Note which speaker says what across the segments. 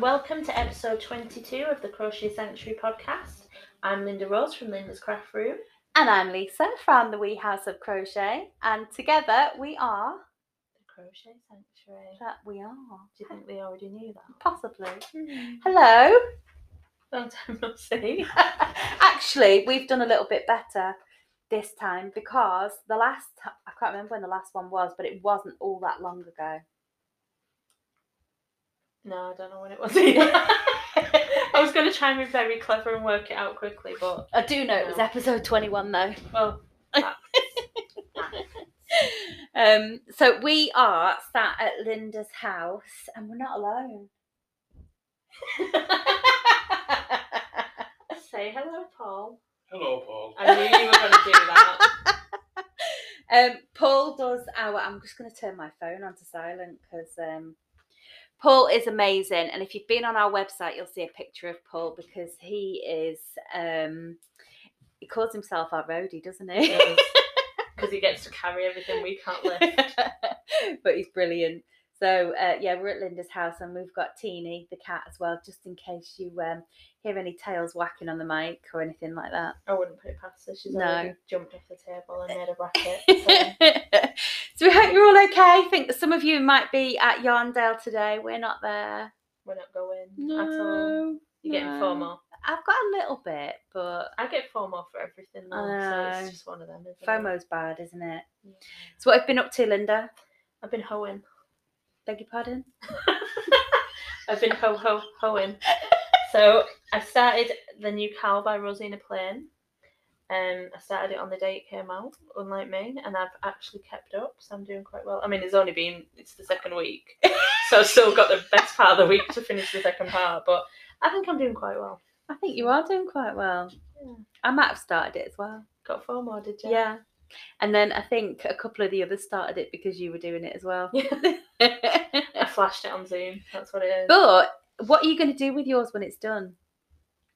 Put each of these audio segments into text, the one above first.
Speaker 1: welcome to episode 22 of the Crochet Sanctuary podcast. I'm Linda Rose from Linda's Craft Room.
Speaker 2: And I'm Lisa from the Wee House of Crochet, and together we are
Speaker 1: The Crochet Sanctuary.
Speaker 2: that we are
Speaker 1: Do you think we already knew that?
Speaker 2: possibly.
Speaker 1: Mm-hmm.
Speaker 2: Hello.
Speaker 1: Long time no see.
Speaker 2: Actually, we've done a little bit better this time because the last t- I can't remember when the last one was, but it wasn't all that long ago.
Speaker 1: No, I don't know when it was either. I was going to try and be very clever and work it out quickly, but
Speaker 2: I do know it was
Speaker 1: No.
Speaker 2: episode 21 though.
Speaker 1: well,
Speaker 2: Um, so we are sat at Linda's house and we're not alone.
Speaker 1: say hello, Paul.
Speaker 3: Hello, Paul.
Speaker 1: I knew you were going to do that.
Speaker 2: Um, Paul does our. I'm just going to turn my phone onto silent because um, Paul is amazing. And if you've been on our website, you'll see a picture of Paul because he is. Um, he calls himself our roadie, doesn't he?
Speaker 1: Because he gets to carry everything we can't lift.
Speaker 2: but he's brilliant. So uh, yeah, we're at Linda's house and we've got Teeny the cat as well, just in case you um, hear any tails whacking on the mic or anything like that.
Speaker 1: I wouldn't put it past her. She's
Speaker 2: No.
Speaker 1: already jumped off the table and made a racket. so-
Speaker 2: so we hope you're all okay. I think some of you might be at Yarndale today. We're not there.
Speaker 1: We're not going at all. You're getting
Speaker 2: no.
Speaker 1: four more.
Speaker 2: I've got a little bit, but
Speaker 1: I get FOMO for everything though, so
Speaker 2: know.
Speaker 1: it's just one of them. Isn't It?
Speaker 2: FOMO's bad, isn't it?
Speaker 1: Yeah.
Speaker 2: So what I've been up to, Linda.
Speaker 1: I've been hoeing.
Speaker 2: Beg your pardon.
Speaker 1: I've been ho ho hoeing. so I started the new cow by Rosina Plain. Um, I started it on the day it came out, unlike me, and I've actually kept up, so I'm doing quite well. I mean, it's only been it's the second week, so I've still got the best part of the week to finish the second part, but I think I'm doing quite well.
Speaker 2: I think you are doing quite well.
Speaker 1: Yeah.
Speaker 2: I might have started it as well.
Speaker 1: Got four more, did you?
Speaker 2: Yeah. And then I think a couple of the others started it because you were doing it as well.
Speaker 1: I flashed it on Zoom. That's what it is.
Speaker 2: but what are you going to do with yours when it's done?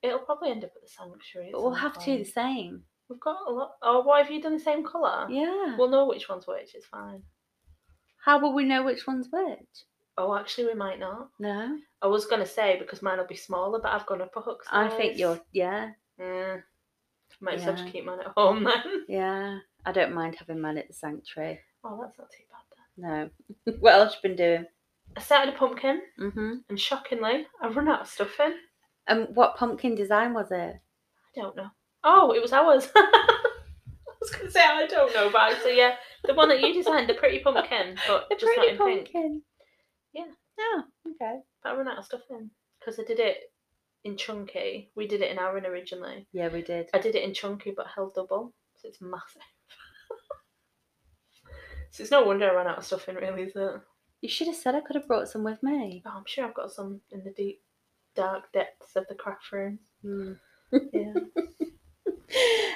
Speaker 1: It'll probably end up at the sanctuary. at
Speaker 2: But we'll
Speaker 1: some
Speaker 2: have to do
Speaker 1: point.
Speaker 2: the same.
Speaker 1: We've got a lot. Oh, why have you done the same
Speaker 2: Oh.
Speaker 1: colour?
Speaker 2: Yeah.
Speaker 1: We'll know which one's which. It's fine.
Speaker 2: How will we know which one's which?
Speaker 1: Oh, actually, we might not.
Speaker 2: No.
Speaker 1: I was gonna say because mine will be smaller, but I've gone up a hook.
Speaker 2: I
Speaker 1: size.
Speaker 2: think you're, yeah,
Speaker 1: Mm. Might just have to
Speaker 2: Yeah.
Speaker 1: keep mine at home then.
Speaker 2: yeah. I don't mind having mine at the sanctuary.
Speaker 1: Oh, that's not too bad then.
Speaker 2: No. what else you been doing?
Speaker 1: I started a pumpkin,
Speaker 2: Mm-hmm.
Speaker 1: and shockingly, I've run out of stuffing.
Speaker 2: And Um, what pumpkin design was it?
Speaker 1: I don't know. Oh, it was ours. I was gonna say I don't know, but actually, yeah, the one that you designed, the pretty pumpkin, but just not in pink. Yeah.
Speaker 2: Oh, okay.
Speaker 1: But I ran out of stuffing because I did it in chunky. We did it in Aaron originally.
Speaker 2: Yeah, we did.
Speaker 1: I did it in chunky but held double, so it's massive. so it's no wonder I ran out of stuff in really, is it? Oh,
Speaker 2: You should have said I could have brought some with me.
Speaker 1: I'm sure I've got some in the deep, dark depths of the craft room.
Speaker 2: Hmm.
Speaker 1: Yeah.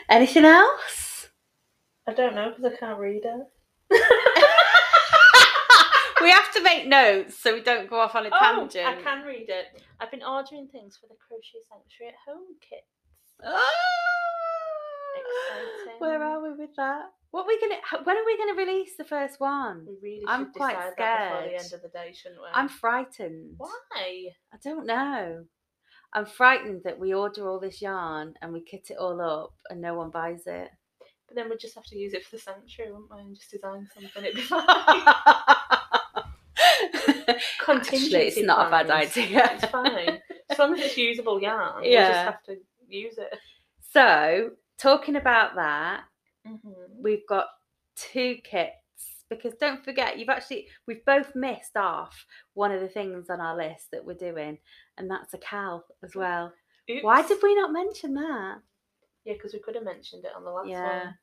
Speaker 2: Anything else?
Speaker 1: I don't know because I can't read it.
Speaker 2: we have to make notes so we don't go off on a
Speaker 1: Oh,
Speaker 2: tangent.
Speaker 1: I can read it. I've been ordering things for the crochet sanctuary at home kit.
Speaker 2: Oh!
Speaker 1: Exciting.
Speaker 2: Where are we with that? What we gonna? h- When are we gonna release the first one?
Speaker 1: We really should
Speaker 2: I'm quite
Speaker 1: decide that before the
Speaker 2: scared.
Speaker 1: end of the day, shouldn't we?
Speaker 2: I'm frightened.
Speaker 1: Why?
Speaker 2: I don't know. I'm frightened that we order all this yarn and we kit it all up and no one buys it.
Speaker 1: But then we'd just have to use it for the sanctuary, wouldn't we? And just design something. It'd be fine.
Speaker 2: Actually,
Speaker 1: Contingency
Speaker 2: it's not a bad
Speaker 1: plans.
Speaker 2: idea.
Speaker 1: It's fine. As long as it's usable yarn, you just
Speaker 2: Yeah.
Speaker 1: have to use it.
Speaker 2: So, talking about that,
Speaker 1: Mm-hmm.
Speaker 2: we've got two kits because don't forget you've actually we've both missed off one of the things on our list that we're doing and that's a cow as
Speaker 1: Oh,
Speaker 2: well why did we not mention that
Speaker 1: Yeah, because we could have mentioned it on the last
Speaker 2: yeah
Speaker 1: one.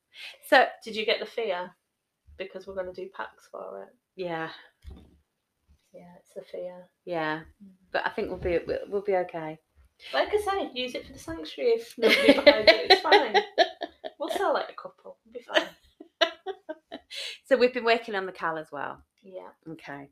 Speaker 2: so
Speaker 1: Did you get the fear? Because we're going to do packs for it.
Speaker 2: yeah
Speaker 1: Yeah, it's the fear.
Speaker 2: yeah but i think we'll be we'll, we'll be okay
Speaker 1: Like I said, use it for the sanctuary if nobody buys it. It's fine. We'll sell it a couple. It'll be fine.
Speaker 2: so we've been working on the cow as well
Speaker 1: Yeah.
Speaker 2: Okay.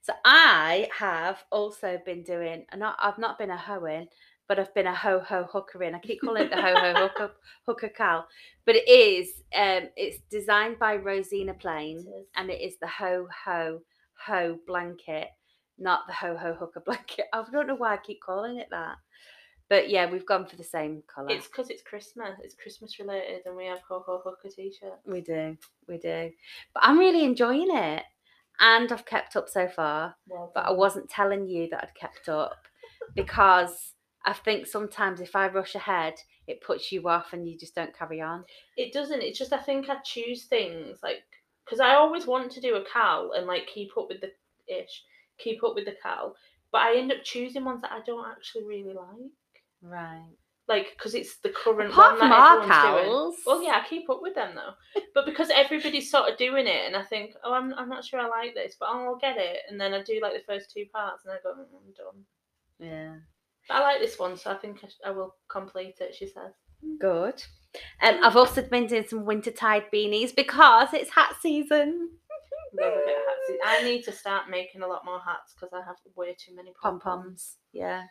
Speaker 2: So I have also been doing not I've not been a hoeing, but I've been a ho ho hookering. I keep calling it the ho ho hooker hooker cow. But it is um it's designed by Rosina
Speaker 1: it
Speaker 2: Plain
Speaker 1: is.
Speaker 2: and it is the ho ho ho blanket not the ho ho hooker blanket. I don't know why I keep calling it that. But yeah, we've gone for the same colour.
Speaker 1: It's because it's Christmas. It's Christmas related, and we have ho ho hooker t-shirt.
Speaker 2: We do, we do. But I'm really enjoying it. And I've kept up so far.
Speaker 1: Well,
Speaker 2: But I wasn't telling you that I'd kept up because I think sometimes if I rush ahead, it puts you off and you just don't carry on.
Speaker 1: it doesn't. It's just I think I choose things like because I always want to do a cowl and like keep up with the ish, keep up with the cowl, but I end up choosing ones that I don't actually really like.
Speaker 2: Right.
Speaker 1: Like because it's the current
Speaker 2: Apart
Speaker 1: one
Speaker 2: from
Speaker 1: that
Speaker 2: our
Speaker 1: everyone's doing.
Speaker 2: cows.
Speaker 1: Well, yeah, I keep up with them though, but because everybody's sort of doing it, and I think, oh, I'm, I'm not sure I like this, but "Oh, I'll get it, and then I do like the first two parts, and I go, mm, I'm done.
Speaker 2: Yeah.
Speaker 1: But I like this one, so I think I, sh- I will complete it. She says,
Speaker 2: Good. Um, I've also been doing some wintertide beanies because it's hat season.
Speaker 1: Love a bit of hats. I need to start making a lot more hats because I have way too many
Speaker 2: Pom poms. Yeah.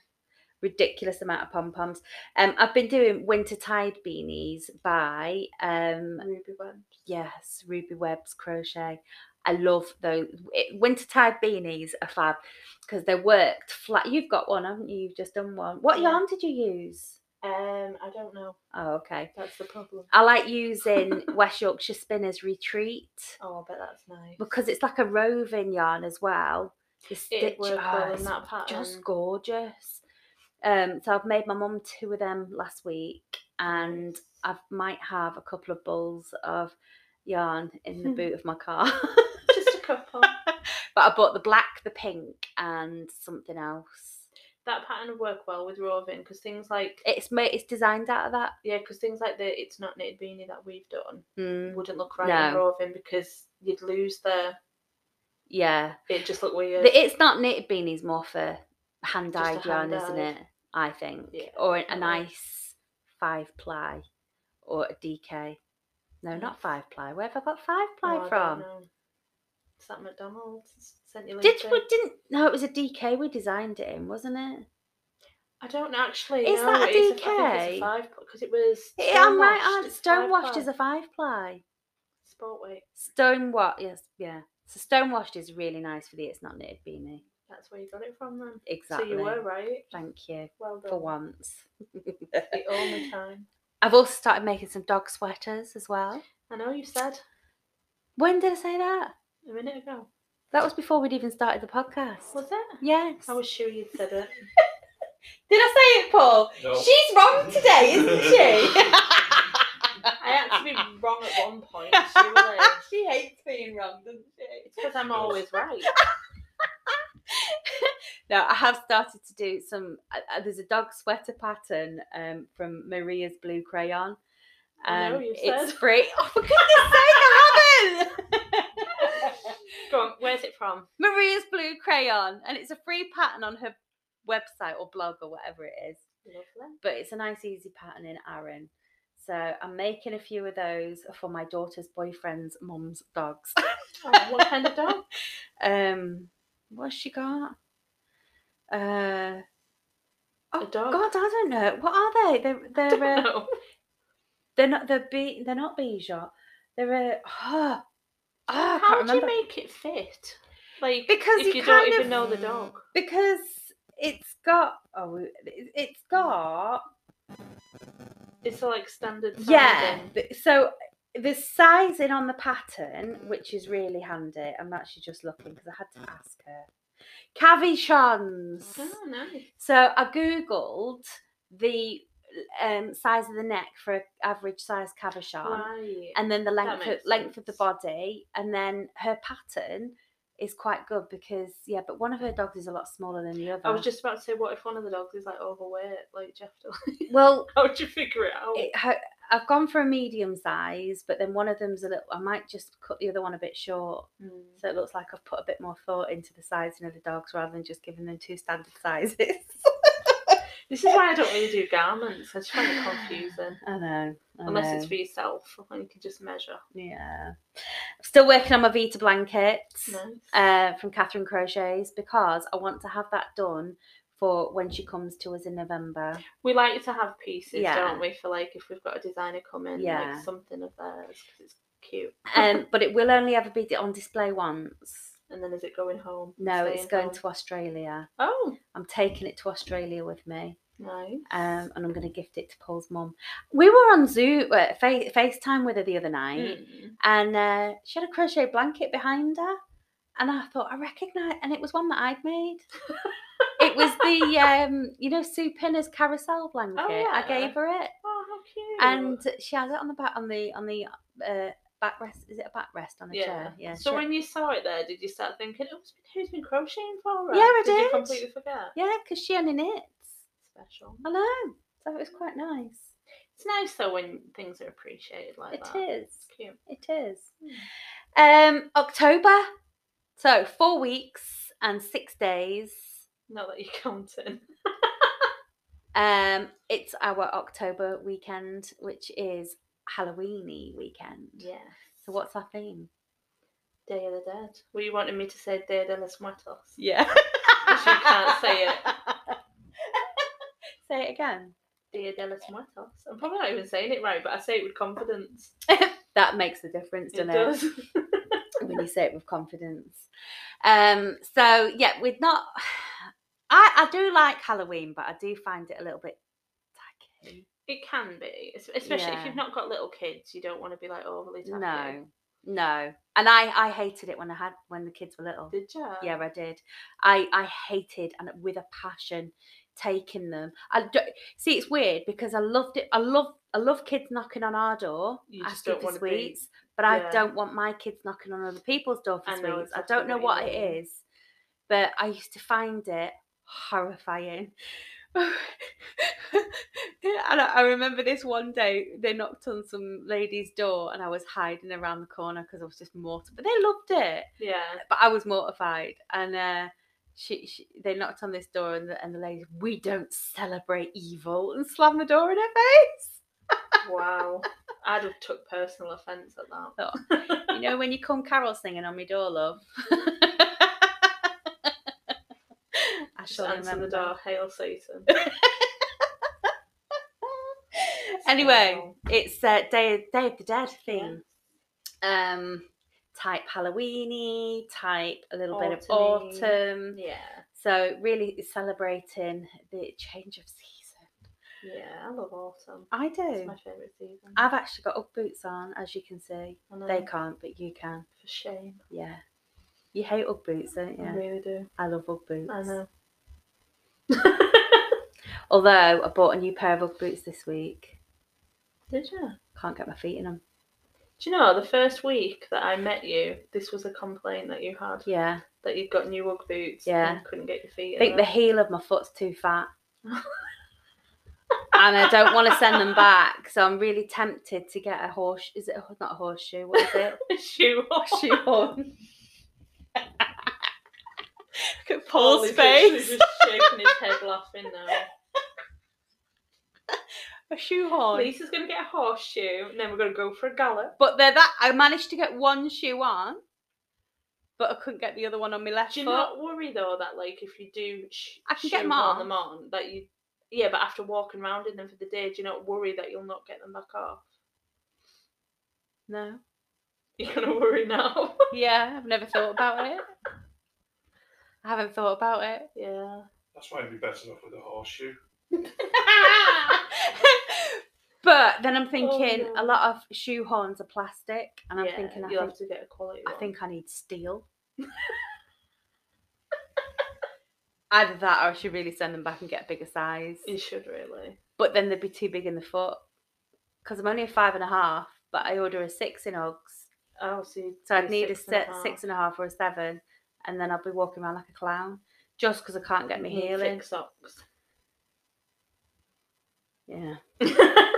Speaker 2: Ridiculous amount of pom poms. Um, I've been doing wintertide beanies by um,
Speaker 1: Ruby ones.
Speaker 2: Yes, Ruby Webb's crochet. I love those it, wintertide beanies are fab because they're worked flat. You've got one, haven't you? You've just done one. What
Speaker 1: Yeah.
Speaker 2: yarn did you use?
Speaker 1: Um, I don't know.
Speaker 2: Oh, okay.
Speaker 1: That's the problem.
Speaker 2: I like using West Yorkshire Spinners Retreat
Speaker 1: Oh, but that's nice.
Speaker 2: because it's like a roving yarn as well. The
Speaker 1: it
Speaker 2: stitch-
Speaker 1: worked
Speaker 2: oh,
Speaker 1: well in
Speaker 2: it's
Speaker 1: that pattern.
Speaker 2: just gorgeous. Um, so I've made my mum two of them last week, and I might have a couple of balls of yarn in the boot of my car.
Speaker 1: just a couple.
Speaker 2: But I bought the black, the pink, and something else.
Speaker 1: that pattern would work well with roving because things like
Speaker 2: It's ma- it's designed out of that.
Speaker 1: yeah, because things like the it's not knitted beanie that we've done
Speaker 2: Mm,
Speaker 1: wouldn't look right in
Speaker 2: No.
Speaker 1: roving because you'd lose the
Speaker 2: yeah,
Speaker 1: it just look weird.
Speaker 2: The it's not knitted beanies, more for hand
Speaker 1: Just a
Speaker 2: dyed yarn, isn't
Speaker 1: hand-dyed.
Speaker 2: it? I think,
Speaker 1: Yeah,
Speaker 2: or a
Speaker 1: definitely.
Speaker 2: nice five ply, or a DK. No, not five ply. Where have I got five
Speaker 1: Oh, I
Speaker 2: ply
Speaker 1: don't
Speaker 2: from?
Speaker 1: know. It's that McDonald's sent you
Speaker 2: Did
Speaker 1: later.
Speaker 2: we didn't? No, it was a DK. We designed it in, wasn't it?
Speaker 1: I don't know, actually.
Speaker 2: Is
Speaker 1: no,
Speaker 2: that a
Speaker 1: it is a- I think
Speaker 2: DK?
Speaker 1: it's a five because it was.
Speaker 2: Yeah, I'm right.
Speaker 1: Stonewashed,
Speaker 2: Aunt
Speaker 1: it's five
Speaker 2: Stonewashed is
Speaker 1: ply.
Speaker 2: a five ply.
Speaker 1: sport weight.
Speaker 2: Stone wa yes, yeah. So stone washed is really nice for the it's not knitted beanie.
Speaker 1: That's where you got it from then.
Speaker 2: Exactly.
Speaker 1: So you were right.
Speaker 2: Thank you
Speaker 1: Well done.
Speaker 2: for once.
Speaker 1: The only time.
Speaker 2: I've also started making some dog sweaters as well.
Speaker 1: I know you said
Speaker 2: When did I say that?
Speaker 1: a minute ago.
Speaker 2: That was before we'd even started the podcast.
Speaker 1: Was it?
Speaker 2: Yes.
Speaker 1: I was sure you'd said it.
Speaker 2: Did I say it, Paul?
Speaker 3: No.
Speaker 2: She's wrong today, isn't she?
Speaker 1: I had to be wrong at one point. Surely.
Speaker 2: she hates being wrong, doesn't she?
Speaker 1: It's because I'm always right.
Speaker 2: No, I have started to do some. Uh, uh, there's a dog sweater pattern um, from Maria's Blue Crayon.
Speaker 1: I know,
Speaker 2: Um,
Speaker 1: you
Speaker 2: it's
Speaker 1: said.
Speaker 2: free. Oh, for goodness sake, I haven't!
Speaker 1: Go on, where's it from?
Speaker 2: Maria's Blue Crayon, and it's a free pattern on her website or blog or whatever it is.
Speaker 1: Lovely.
Speaker 2: But it's a nice, easy pattern in Aran. So I'm making a few of those for my daughter's boyfriend's mum's dogs.
Speaker 1: Oh, what kind of dog?
Speaker 2: Um, what's she got? Uh, oh
Speaker 1: dog.
Speaker 2: God, I don't know. What are they? They're
Speaker 1: Don't
Speaker 2: they're uh,
Speaker 1: know.
Speaker 2: they're not they're be they're not Bichon. They're uh, oh, oh, I
Speaker 1: How
Speaker 2: can't
Speaker 1: do you
Speaker 2: remember
Speaker 1: make it fit? Like
Speaker 2: because
Speaker 1: if you,
Speaker 2: you,
Speaker 1: don't
Speaker 2: kind
Speaker 1: even
Speaker 2: of,
Speaker 1: know the dog.
Speaker 2: because it's got oh it- it's got
Speaker 1: It's a, like standard. size
Speaker 2: yeah.
Speaker 1: then.
Speaker 2: th- So there's sizing on the pattern,
Speaker 1: Mm.
Speaker 2: which is really handy. I'm actually just looking because I had to ask her. Cavichons.
Speaker 1: Oh, nice.
Speaker 2: So I googled the um, size of the neck for an average size cabochon,
Speaker 1: Right.
Speaker 2: and then the length of,
Speaker 1: makes
Speaker 2: length of the
Speaker 1: sense.
Speaker 2: body, and then her pattern is quite good because yeah, but one of her dogs is a lot smaller than the other.
Speaker 1: I was just about to say, what if one of the dogs is like overweight, like Jeff?
Speaker 2: well,
Speaker 1: How would you figure it out?
Speaker 2: it, her, I've gone for a medium size, but then one of them's a little. I might just cut the other one a bit short,
Speaker 1: Mm.
Speaker 2: so it looks like I've put a bit more thought into the sizing of the dogs rather than just giving them two standard sizes.
Speaker 1: This is why I don't really do garments. I just find it confusing.
Speaker 2: I know. I
Speaker 1: Unless it's
Speaker 2: know.
Speaker 1: for yourself, when you can just measure.
Speaker 2: Yeah. Still working on my Vita blankets
Speaker 1: Nice.
Speaker 2: uh, from Catherine Crochets because I want to have that done for when she comes to us in November.
Speaker 1: we like to have pieces,
Speaker 2: yeah.
Speaker 1: don't we? For like if we've got a designer coming,
Speaker 2: Yeah.
Speaker 1: like something of theirs because it's cute.
Speaker 2: Um, but it will only ever be on display once.
Speaker 1: And then is it going home?
Speaker 2: No,
Speaker 1: Staying
Speaker 2: it's going
Speaker 1: home?
Speaker 2: to Australia.
Speaker 1: Oh,
Speaker 2: I'm taking it to Australia with me,
Speaker 1: nice.
Speaker 2: um, and I'm going to gift it to Paul's mum. We were on Zoom, uh, Fa- FaceTime with her the other night,
Speaker 1: Mm.
Speaker 2: and uh, she had a crochet blanket behind her, and I thought I recognise, and it was one that I'd made. it was the um, you know Sue Pinner's carousel blanket. I
Speaker 1: Oh, yeah.
Speaker 2: gave her it,
Speaker 1: Oh, how cute.
Speaker 2: and she has it on the back on the on the uh, backrest. Is it a backrest on a
Speaker 1: yeah.
Speaker 2: chair? Yeah.
Speaker 1: So
Speaker 2: she-
Speaker 1: when you saw it there, did you start thinking, oh, who's been- who's been crocheting for her?
Speaker 2: Yeah, I
Speaker 1: Did you
Speaker 2: did.
Speaker 1: completely forget?
Speaker 2: yeah, because she only knits.
Speaker 1: Special.
Speaker 2: I know. So it was quite nice.
Speaker 1: It's nice though when things are appreciated like
Speaker 2: It
Speaker 1: that.
Speaker 2: is.
Speaker 1: It's Cute.
Speaker 2: It is. Um, October. So four weeks and six days.
Speaker 1: Not that you're counting.
Speaker 2: Um, it's our October weekend, which is Halloweeny weekend.
Speaker 1: Yeah.
Speaker 2: So what's our theme?
Speaker 1: Day of the Dead. Well, you wanted me to say Day de los Muertos.
Speaker 2: Yeah.
Speaker 1: you can't say it.
Speaker 2: say it again.
Speaker 1: Dia de los Muertos. I'm probably not even saying it right, but I say it with confidence.
Speaker 2: That makes a difference,
Speaker 1: It
Speaker 2: doesn't it?
Speaker 1: does.
Speaker 2: when you say it with confidence. Um, so yeah, we're not. I I do like Halloween, but I do find it a little bit tacky.
Speaker 1: it can be, es- especially if
Speaker 2: Yeah.
Speaker 1: you've not got little kids. You don't want to be like overly tacky.
Speaker 2: No, no, and I I hated it when I had when the kids were little.
Speaker 1: Did you?
Speaker 2: Yeah, I did. I I hated and with a passion taking them. I do, see it's weird because I loved it. I love I love kids knocking on our door
Speaker 1: You just
Speaker 2: asking
Speaker 1: don't
Speaker 2: for
Speaker 1: wanna be-
Speaker 2: sweets, but
Speaker 1: yeah.
Speaker 2: I don't want my kids knocking on other people's door for
Speaker 1: I know
Speaker 2: sweets.
Speaker 1: exactly
Speaker 2: I don't know
Speaker 1: what
Speaker 2: what
Speaker 1: you mean.
Speaker 2: it is, but I used to find it horrifying. and I, I remember this one day they knocked on some lady's door and I was hiding around the corner because I was just mortified. But they loved it
Speaker 1: Yeah.
Speaker 2: but I was mortified. And uh, she, she, they knocked on this door, and the, and the lady, we don't celebrate evil, and slammed the door in her face.
Speaker 1: Wow. I'd have took personal offence at that.
Speaker 2: You know, when you come carol singing on my door, love. I
Speaker 1: Just
Speaker 2: shall
Speaker 1: answer
Speaker 2: remember.
Speaker 1: the door. Hail Satan.
Speaker 2: Anyway,
Speaker 1: So-
Speaker 2: it's uh, Day Day of the Dead
Speaker 1: Yeah.
Speaker 2: theme. Um, type Halloweeny, type a little bit of
Speaker 1: Autumny.
Speaker 2: autumn.
Speaker 1: Yeah.
Speaker 2: So really it's celebrating the change of season.
Speaker 1: Yeah. I love autumn.
Speaker 2: I do.
Speaker 1: It's my favourite season.
Speaker 2: I've actually got Ugg boots on, as you can see.
Speaker 1: I know,
Speaker 2: They can't, but you can.
Speaker 1: For shame.
Speaker 2: Yeah. You hate Ugg boots, don't
Speaker 1: I
Speaker 2: you?
Speaker 1: really do.
Speaker 2: I love Ugg boots.
Speaker 1: I know.
Speaker 2: Although I bought a new pair of Ugg boots this week.
Speaker 1: Did you?
Speaker 2: Can't get my feet in them.
Speaker 1: Do you know the first week that I met you, this was a complaint that you had
Speaker 2: Yeah.
Speaker 1: that you'd got new UGG boots.
Speaker 2: Yeah.
Speaker 1: And couldn't get your feet.
Speaker 2: I
Speaker 1: in
Speaker 2: think the
Speaker 1: them.
Speaker 2: heel of my foot's too fat. and I don't want to send them back. So I'm really tempted to get a horse. Is it a, not a horseshoe? What is it?
Speaker 1: shoe off.
Speaker 2: A shoehorn. Look at
Speaker 1: Paul
Speaker 2: Paul's
Speaker 1: is literally
Speaker 2: face.
Speaker 1: Just shaking his head, laughing now.
Speaker 2: A shoehorn.
Speaker 1: Lisa's gonna get a horseshoe, and then we're gonna go for a gallop.
Speaker 2: But they're that I managed to get one shoe on, but I couldn't get the other one on my left
Speaker 1: Do you
Speaker 2: foot.
Speaker 1: not worry though that like if you do, sh-
Speaker 2: I can get 'em
Speaker 1: shoehorn
Speaker 2: off.
Speaker 1: them on that you. Yeah, but after walking round in them for the day, do you not worry that you'll not get them back off?
Speaker 2: No.
Speaker 1: You're gonna worry now.
Speaker 2: Yeah, I've never thought about it. I haven't thought about it.
Speaker 1: yeah.
Speaker 3: That's why it'd be better off with a horseshoe.
Speaker 2: but then I'm thinking
Speaker 1: Oh, no.
Speaker 2: a lot of shoe horns are plastic, and I'm
Speaker 1: yeah,
Speaker 2: thinking I
Speaker 1: you'll
Speaker 2: think,
Speaker 1: have to get a quality.
Speaker 2: I
Speaker 1: one.
Speaker 2: think I need steel. Either that, or I should really send them back and get a bigger size.
Speaker 1: you should really.
Speaker 2: but then they'd be too big in the foot because I'm only a five and a half, but I order a six in Uggs,
Speaker 1: Oh, so, you'd
Speaker 2: so I'd
Speaker 1: do
Speaker 2: need a
Speaker 1: six and
Speaker 2: set
Speaker 1: half.
Speaker 2: six and a half or a seven, and then I'll be walking around like a clown just because I can't get my
Speaker 1: You need
Speaker 2: heel in.
Speaker 1: thick Mm-hmm. socks.
Speaker 2: Yeah.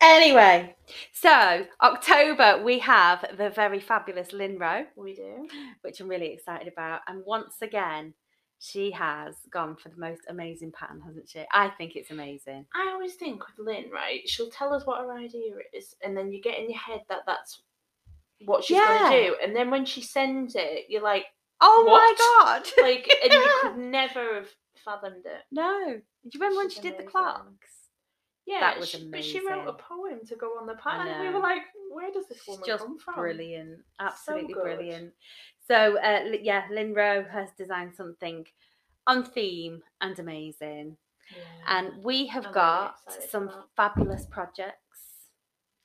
Speaker 2: Anyway, so October we have the very fabulous Lynn Rowe,
Speaker 1: we do.
Speaker 2: which I'm really excited about, and once again. She has gone for the most amazing pattern, hasn't she? I think it's amazing.
Speaker 1: I always think with Lynn, right? She'll tell us what her idea is, and then you get in your head that that's what she's
Speaker 2: Yeah.
Speaker 1: gonna do, and then when she sends it, you're like,
Speaker 2: Oh
Speaker 1: What?
Speaker 2: my god!
Speaker 1: like, and you could never have fathomed it.
Speaker 2: No. Do you remember when
Speaker 1: She's
Speaker 2: she did the
Speaker 1: amazing.
Speaker 2: clocks?
Speaker 1: Yeah,
Speaker 2: That was
Speaker 1: she, But she wrote a
Speaker 2: amazing.
Speaker 1: poem to go on the
Speaker 2: I
Speaker 1: part, and we were
Speaker 2: know.
Speaker 1: like, "Where does this
Speaker 2: It's
Speaker 1: woman
Speaker 2: just
Speaker 1: come from?"
Speaker 2: brilliant, absolutely
Speaker 1: good.
Speaker 2: brilliant. So uh, li- yeah, Lynn Rowe has designed something on theme and amazing,
Speaker 1: Yeah,
Speaker 2: and we have
Speaker 1: Mm. I'm really
Speaker 2: got
Speaker 1: excited
Speaker 2: some
Speaker 1: about-
Speaker 2: fabulous projects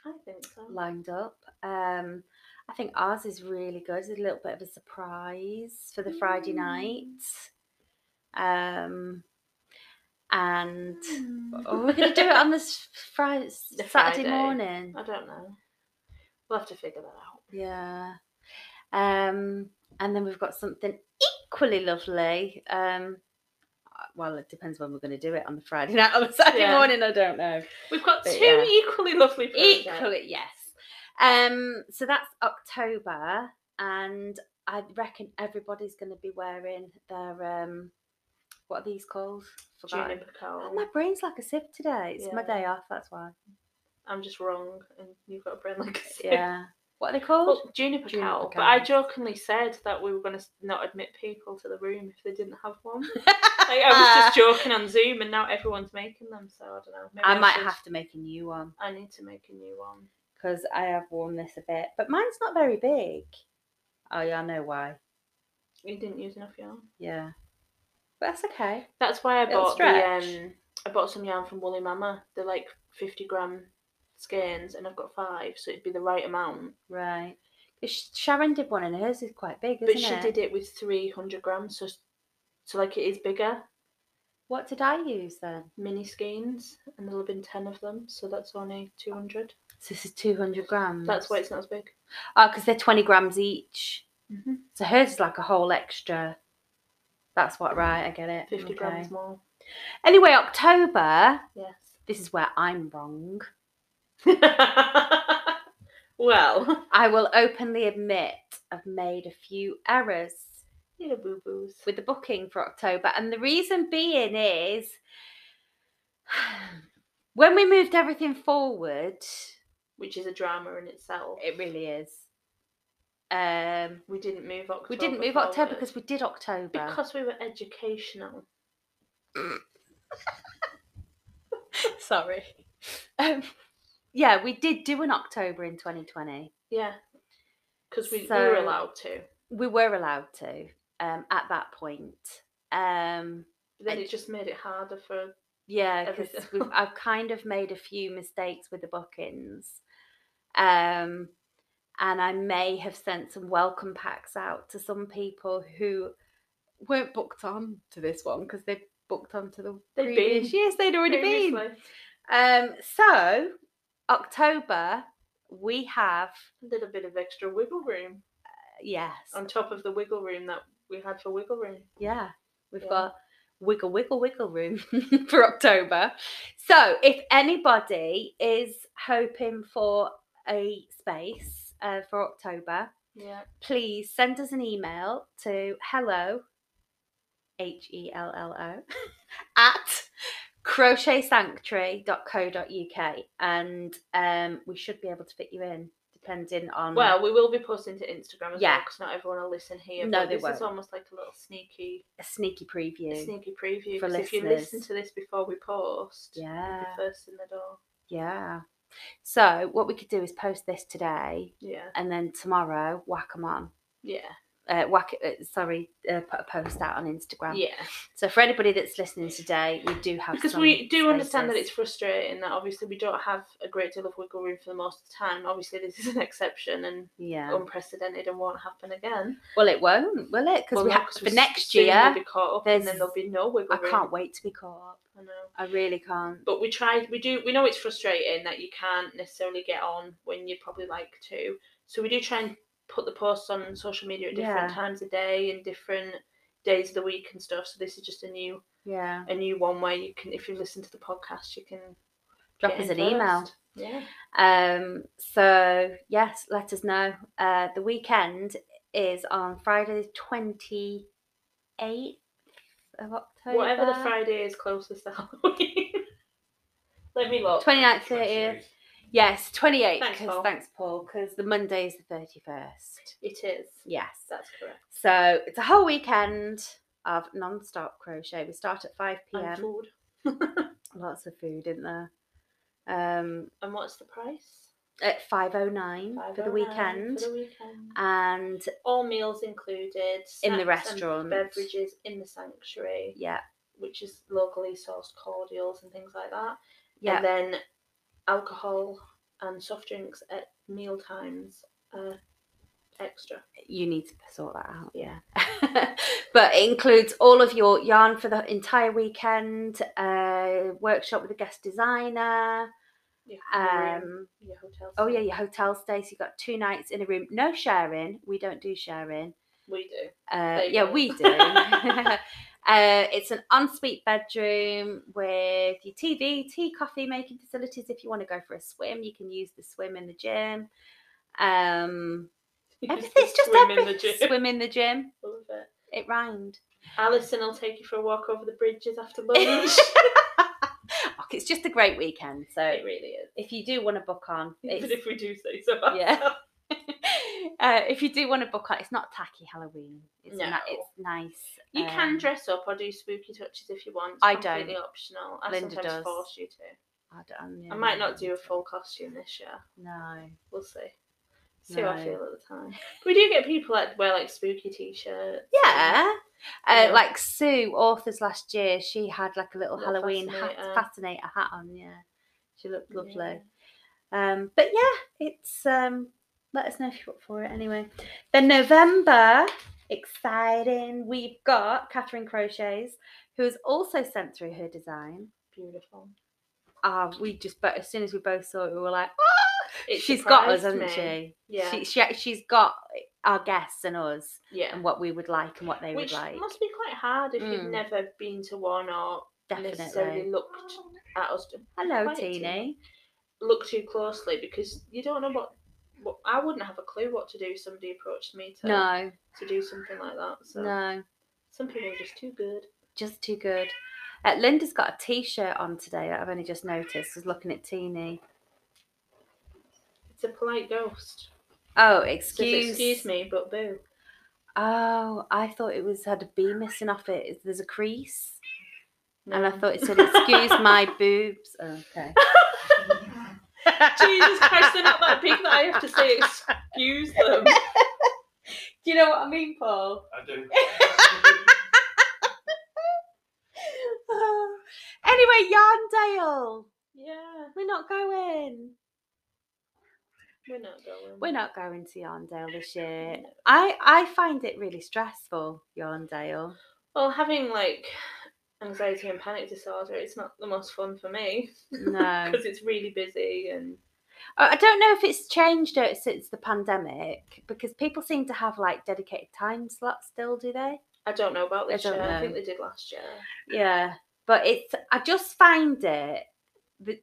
Speaker 1: I think so.
Speaker 2: lined up. Um, I think ours is really good. It's a little bit of a surprise for the Friday
Speaker 1: Mm.
Speaker 2: night. Um, and
Speaker 1: Mm.
Speaker 2: oh, we're going to do it on this Friday,
Speaker 1: The
Speaker 2: Saturday
Speaker 1: Friday.
Speaker 2: morning.
Speaker 1: I don't know. We'll have to figure that out.
Speaker 2: Yeah. Um, and then we've got something equally lovely. Um, uh, well, it depends when we're going to do it on the Friday night or the Saturday
Speaker 1: Yeah.
Speaker 2: morning. I don't know.
Speaker 1: We've got
Speaker 2: But
Speaker 1: two
Speaker 2: yeah.
Speaker 1: equally lovely projects.
Speaker 2: Equally, yes. Um, so that's October, and I reckon everybody's going to be wearing their um, what are these called? Forgotten.
Speaker 1: Juniper
Speaker 2: Oh,
Speaker 1: Cole.
Speaker 2: my brain's like a sieve today. It's my
Speaker 1: Yeah.
Speaker 2: day off. That's why.
Speaker 1: I'm just wrong, and you've got a brain like a sieve.
Speaker 2: Yeah. What are they called?
Speaker 1: Well, juniper,
Speaker 2: Juniper
Speaker 1: cowl, but I
Speaker 2: cowls.
Speaker 1: jokingly said that we were going to not admit people to the room if they didn't have one. like, I was
Speaker 2: Ah.
Speaker 1: just joking on Zoom, and now everyone's making them, so I don't know. Maybe
Speaker 2: I might
Speaker 1: should-
Speaker 2: have to make a new one
Speaker 1: I need to make a new one.
Speaker 2: because I have worn this a bit, but mine's not very big. Oh yeah, I know why.
Speaker 1: You didn't use enough yarn.
Speaker 2: Yeah, but that's okay.
Speaker 1: That's why I
Speaker 2: It'll
Speaker 1: bought
Speaker 2: stretch.
Speaker 1: the um, I bought some yarn from Woolly Mama. They're like fifty gram skeins, and I've got five, so it'd be the right amount.
Speaker 2: Right. 'Cause Sh- Sharon did one, and hers is quite big, isn't
Speaker 1: but she
Speaker 2: it?
Speaker 1: did it with three hundred grams, so so like it is bigger.
Speaker 2: What did I use then?
Speaker 1: Mini skeins, and there'll have been ten of them, so that's only two hundred.
Speaker 2: So this is 200 grams.
Speaker 1: That's why it's not as big.
Speaker 2: Oh, because they're 20 grams each.
Speaker 1: Mm-hmm.
Speaker 2: So hers is like a whole extra. That's what, right? I get it.
Speaker 1: 50
Speaker 2: okay.
Speaker 1: grams more.
Speaker 2: Anyway, October.
Speaker 1: Yes.
Speaker 2: This is where I'm wrong.
Speaker 1: well,
Speaker 2: I will openly admit I've made a few errors
Speaker 1: yeah, boo boos.
Speaker 2: with the booking for October. And the reason being is when we moved everything forward,
Speaker 1: Which is a drama in itself.
Speaker 2: it really is. Um,
Speaker 1: we didn't move October.
Speaker 2: we didn't move October
Speaker 1: forward.
Speaker 2: because we did October.
Speaker 1: Because we were educational.
Speaker 2: Sorry. Um, yeah, we did do an October in 2020.
Speaker 1: Yeah. Because we, we were
Speaker 2: So-
Speaker 1: allowed to.
Speaker 2: We were allowed to um, at that point. Um,
Speaker 1: But then
Speaker 2: And-
Speaker 1: it just made it harder for.
Speaker 2: yeah, because
Speaker 1: Everything.
Speaker 2: I've kind of made a few mistakes with the bookings. Um, and I may have sent some welcome packs out to some people who weren't booked on to this one because they booked on to the
Speaker 1: They'd
Speaker 2: previous
Speaker 1: been.
Speaker 2: years. They'd already been.
Speaker 1: previously.
Speaker 2: Um, so October we have
Speaker 1: A little bit of extra wiggle room
Speaker 2: yes,
Speaker 1: on top of the wiggle room that we had for wiggle room.
Speaker 2: yeah, we've
Speaker 1: Yeah.
Speaker 2: got wiggle, wiggle, wiggle room for October. So if anybody is hoping for a space uh, for October,
Speaker 1: Yeah.
Speaker 2: please send us an email to hello h e l l o at crochetsanctuary.co.uk and um, we should be able to fit you in depending on
Speaker 1: Well, we will be posting to Instagram as well
Speaker 2: Yeah.
Speaker 1: because not everyone will listen here.
Speaker 2: No,
Speaker 1: but
Speaker 2: they
Speaker 1: this is
Speaker 2: won't.
Speaker 1: almost like a little sneaky,
Speaker 2: a sneaky preview
Speaker 1: sneaky preview.
Speaker 2: For
Speaker 1: Because if you listen
Speaker 2: listeners.
Speaker 1: to this before we post, you'll
Speaker 2: yeah
Speaker 1: be first in the door.
Speaker 2: yeah so what we could do is post this today
Speaker 1: Yeah,
Speaker 2: and then tomorrow whack 'em on
Speaker 1: yeah,
Speaker 2: uh, whack it uh, sorry uh, put a post out on instagram
Speaker 1: yeah.
Speaker 2: so for anybody that's listening today we do have
Speaker 1: Because
Speaker 2: some
Speaker 1: we do understand that
Speaker 2: spaces.
Speaker 1: it's frustrating that obviously we don't have a great deal of wiggle room for the most of the time. Obviously, this is an exception and
Speaker 2: yeah
Speaker 1: Oh. unprecedented and won't happen again.
Speaker 2: Well, it won't, will it? Because
Speaker 1: Well,
Speaker 2: we
Speaker 1: no,
Speaker 2: have
Speaker 1: 'cause
Speaker 2: for
Speaker 1: s-
Speaker 2: next
Speaker 1: soon we'll
Speaker 2: year.
Speaker 1: be caught up, and
Speaker 2: there's-
Speaker 1: then there'll be no wiggle
Speaker 2: I
Speaker 1: room.
Speaker 2: can't wait to be caught up.
Speaker 1: I know.
Speaker 2: I really can't.
Speaker 1: But we try, we do, we know it's frustrating that you can't necessarily get on when you probably like to. So we do try and put the posts on social media at different
Speaker 2: Yeah.
Speaker 1: times a day and different days of the week and stuff. So this is just a new,
Speaker 2: Yeah.
Speaker 1: a new one where you can, if you listen to the podcast, you can
Speaker 2: Drop
Speaker 1: get
Speaker 2: us
Speaker 1: in
Speaker 2: an email.
Speaker 1: first. Yeah.
Speaker 2: Um. So yes, let us know. Uh, the weekend is on Friday, the twenty eighth of October.
Speaker 1: Whatever the Friday is closest to Halloween. Let me look.
Speaker 2: 29th, 30th. Yes, 28th.
Speaker 1: Thanks,
Speaker 2: Thanks,
Speaker 1: Paul.
Speaker 2: thanks, Paul, because the Monday is the 31st.
Speaker 1: It is.
Speaker 2: Yes.
Speaker 1: That's correct.
Speaker 2: So it's a whole weekend of non stop crochet. We start at 5
Speaker 1: And
Speaker 2: pm.
Speaker 1: food.
Speaker 2: Lots of food in there. um,
Speaker 1: And what's the price?
Speaker 2: at 509 for the
Speaker 1: 5.09
Speaker 2: weekend.
Speaker 1: For the weekend.
Speaker 2: And
Speaker 1: All meals included.
Speaker 2: In the
Speaker 1: snacks and
Speaker 2: restaurant.
Speaker 1: Beverages in the sanctuary,
Speaker 2: yeah,
Speaker 1: which is locally sourced cordials and things like that.
Speaker 2: yeah,
Speaker 1: And then alcohol and soft drinks at meal times are extra.
Speaker 2: you need to sort that out.
Speaker 1: Yeah.
Speaker 2: but it includes all of your yarn for the entire weekend, uh, workshop with a guest designer.
Speaker 1: Your room,
Speaker 2: Um,
Speaker 1: your hotel.
Speaker 2: oh,
Speaker 1: stay.
Speaker 2: yeah, your hotel stay. So you got two nights in a room, no sharing. We don't do sharing.
Speaker 1: We do.
Speaker 2: Uh,
Speaker 1: There you
Speaker 2: yeah,
Speaker 1: go.
Speaker 2: we do. uh, it's an ensuite bedroom with your TV, tea, coffee making facilities. If you want to go for a swim, you can use the swim in the gym. Um, everything, it's just
Speaker 1: swim in the
Speaker 2: everything.
Speaker 1: gym.
Speaker 2: Swim in the gym.
Speaker 1: Love it.
Speaker 2: It rhymed.
Speaker 1: Alison will take you for a walk over the bridges after lunch.
Speaker 2: Fuck, it's just a great weekend. So
Speaker 1: it really is.
Speaker 2: if you do want to book on,
Speaker 1: Even
Speaker 2: it's,
Speaker 1: if we do say so.
Speaker 2: Yeah.
Speaker 1: ourselves.
Speaker 2: uh, if you do want to book on, it's not tacky Halloween. It's,
Speaker 1: No.
Speaker 2: ni- it's nice.
Speaker 1: You can
Speaker 2: um,
Speaker 1: dress up or do spooky touches if you want. It's
Speaker 2: I
Speaker 1: completely optional. I
Speaker 2: Linda
Speaker 1: sometimes
Speaker 2: does.
Speaker 1: force you to.
Speaker 2: I, don't,
Speaker 1: I might not do a full costume this year.
Speaker 2: No.
Speaker 1: We'll see. See how I
Speaker 2: No.
Speaker 1: feel at the time. We do get people that wear like spooky t-shirts. and-
Speaker 2: Yeah. Uh,
Speaker 1: Yeah.
Speaker 2: Like Sue, authors last year, she had like a little,
Speaker 1: Little
Speaker 2: Halloween
Speaker 1: fascinator.
Speaker 2: hat, fascinator hat on. Yeah, she looked
Speaker 1: Yeah.
Speaker 2: lovely. Um, but yeah, it's um, let us know if you're up for it. Anyway, then November, exciting. We've got Catherine Crochets, who has also sent through her design.
Speaker 1: Beautiful.
Speaker 2: Ah, we just, but as soon as we both saw it, we were like, "Oh,
Speaker 1: It
Speaker 2: she's got us,
Speaker 1: surprised
Speaker 2: hasn't
Speaker 1: me.
Speaker 2: she?
Speaker 1: Yeah.
Speaker 2: She, she, she's got our guests and us
Speaker 1: Yeah.
Speaker 2: and what we would like and what they
Speaker 1: Which
Speaker 2: would like.
Speaker 1: must be quite hard if
Speaker 2: Mm.
Speaker 1: you've never been to one or necessarily
Speaker 2: Definitely.
Speaker 1: looked at us
Speaker 2: Hello,
Speaker 1: Quiet,
Speaker 2: Teeny.
Speaker 1: Teeny. look too closely because you don't know what, what I wouldn't have a clue what to do if somebody approached me to
Speaker 2: No,
Speaker 1: to do something like that. So
Speaker 2: no,
Speaker 1: some people are just too good.
Speaker 2: just too good. Uh, Linda's got a t-shirt on today that I've only just noticed. I was looking at Teeny.
Speaker 1: It's a polite ghost.
Speaker 2: Oh,
Speaker 1: Says,
Speaker 2: excuse.
Speaker 1: excuse me, but boo.
Speaker 2: Oh, I thought it was had a bee missing off it. Is- There's a crease, and I
Speaker 1: No.
Speaker 2: thought it said "excuse my boobs." Oh, okay.
Speaker 1: Jesus Christ, they're not that big that I have to say excuse them.
Speaker 2: Do you know what I mean, Paul?
Speaker 3: I do.
Speaker 2: anyway, Yarndale,
Speaker 1: Yeah,
Speaker 2: we're not going.
Speaker 1: we're not going.
Speaker 2: We're not going to Yarndale this year. I I find it really stressful, Yarndale.
Speaker 1: Well, having like anxiety and panic disorder, it's not the most fun for me
Speaker 2: No.
Speaker 1: because it's really busy and
Speaker 2: I I don't know if it's changed uh, since the pandemic because people seem to have like dedicated time slots still, do they?
Speaker 1: I don't know about
Speaker 2: I
Speaker 1: this
Speaker 2: don't
Speaker 1: year. I think
Speaker 2: know.
Speaker 1: they did last year.
Speaker 2: Yeah, but it's I just find it the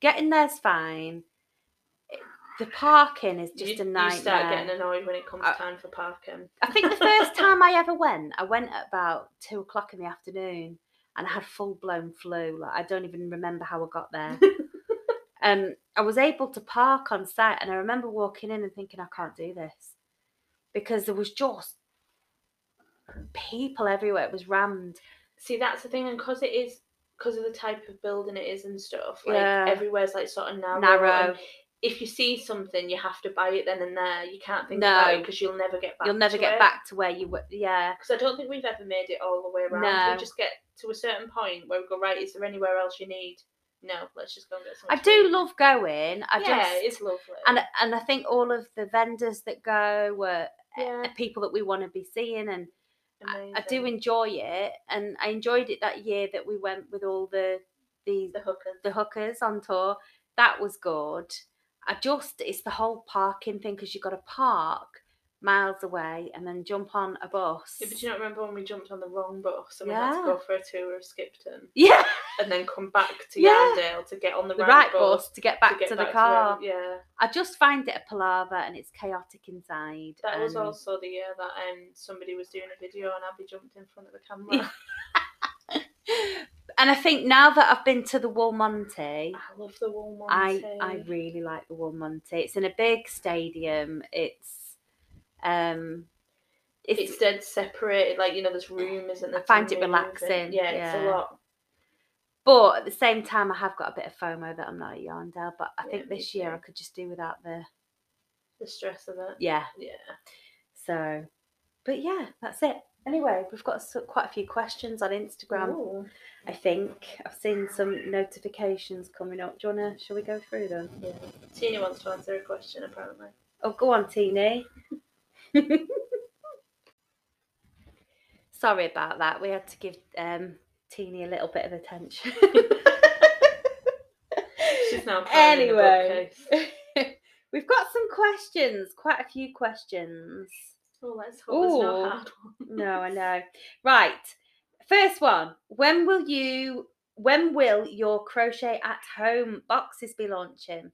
Speaker 2: getting there's fine. It- The parking is just
Speaker 1: you,
Speaker 2: a
Speaker 1: You start
Speaker 2: nightmare.
Speaker 1: getting annoyed when it comes
Speaker 2: I-
Speaker 1: time for parking.
Speaker 2: I think the first time I ever went, I went at about two o'clock in the afternoon, and I had full blown flu. Like I don't even remember how I got there. um, I was able to park on site, and I remember walking in and thinking, I can't do this because there was just people everywhere. It was rammed.
Speaker 1: See, that's the thing, and because it is because of the type of building it is and stuff. Like
Speaker 2: Yeah.
Speaker 1: everywhere's like sort of narrow. and
Speaker 2: Narrow.
Speaker 1: If you see something, you have to buy it then and there. You can't think
Speaker 2: No.
Speaker 1: about it because you'll never get back.
Speaker 2: You'll never
Speaker 1: to
Speaker 2: get
Speaker 1: it.
Speaker 2: back to where you were. Yeah,
Speaker 1: Because I don't think we've ever made it all the way around.
Speaker 2: No.
Speaker 1: We just get to a certain point where we go right. Is there anywhere else you need? No, let's just go and get some.
Speaker 2: I do love going. I
Speaker 1: yeah,
Speaker 2: just
Speaker 1: it's lovely.
Speaker 2: and and I think all of the vendors that go were
Speaker 1: yeah,
Speaker 2: people that we want to be seeing and. I, I do
Speaker 1: amazing.
Speaker 2: enjoy it, and I enjoyed it that year that we went with all the the
Speaker 1: the hookers.
Speaker 2: the hookers on tour. That was good. I just it's the whole parking thing because you've got to park miles away and then jump on a bus.
Speaker 1: Yeah, but you not remember when we jumped on the wrong bus and we had
Speaker 2: Yeah.
Speaker 1: to go for a tour of Skipton
Speaker 2: Yeah,
Speaker 1: and then come back to
Speaker 2: Yeah.
Speaker 1: Yarndale to get on the,
Speaker 2: the
Speaker 1: right,
Speaker 2: right
Speaker 1: bus
Speaker 2: bus to get back to,
Speaker 1: get
Speaker 2: the
Speaker 1: back
Speaker 2: car.
Speaker 1: To where- yeah,
Speaker 2: I just find it a palaver and it's chaotic inside.
Speaker 1: that was
Speaker 2: and-
Speaker 1: also the year that um somebody was doing a video and Abby jumped in front of the camera.
Speaker 2: And I think now that I've been to the Walmonte,
Speaker 1: I love the warm one.
Speaker 2: I I really like the Walmonte. It's in a big stadium. It's um it's,
Speaker 1: it's dead separated. Like you know, there's room, isn't there?
Speaker 2: I
Speaker 1: to
Speaker 2: find it
Speaker 1: move and-
Speaker 2: relaxing,
Speaker 1: Yeah, it's a
Speaker 2: yeah.
Speaker 1: lot.
Speaker 2: But at the same time, I have got a bit of FOMO that I'm not at Yarndale. But I
Speaker 1: Yeah,
Speaker 2: think
Speaker 1: me
Speaker 2: this year
Speaker 1: too.
Speaker 2: I could just do without the
Speaker 1: The stress of it.
Speaker 2: yeah.
Speaker 1: Yeah.
Speaker 2: So, but yeah, that's it. Anyway, we've got so- quite a few questions on Instagram.
Speaker 1: Ooh.
Speaker 2: I think I've seen some notifications coming up. Do you wanna? Shall we go through them?
Speaker 1: Yeah. Tina wants to answer a question apparently.
Speaker 2: Oh, go on, Teeny. Sorry about that. We had to give um, Teeny a little bit of attention.
Speaker 1: She's now crying in the
Speaker 2: anyway,
Speaker 1: bookcase.
Speaker 2: we've got some questions, quite a few questions.
Speaker 1: Oh, let's hope there's no
Speaker 2: Ooh.
Speaker 1: hard one.
Speaker 2: No, I know. Right. First one. When will you when will your crochet at home boxes be launching?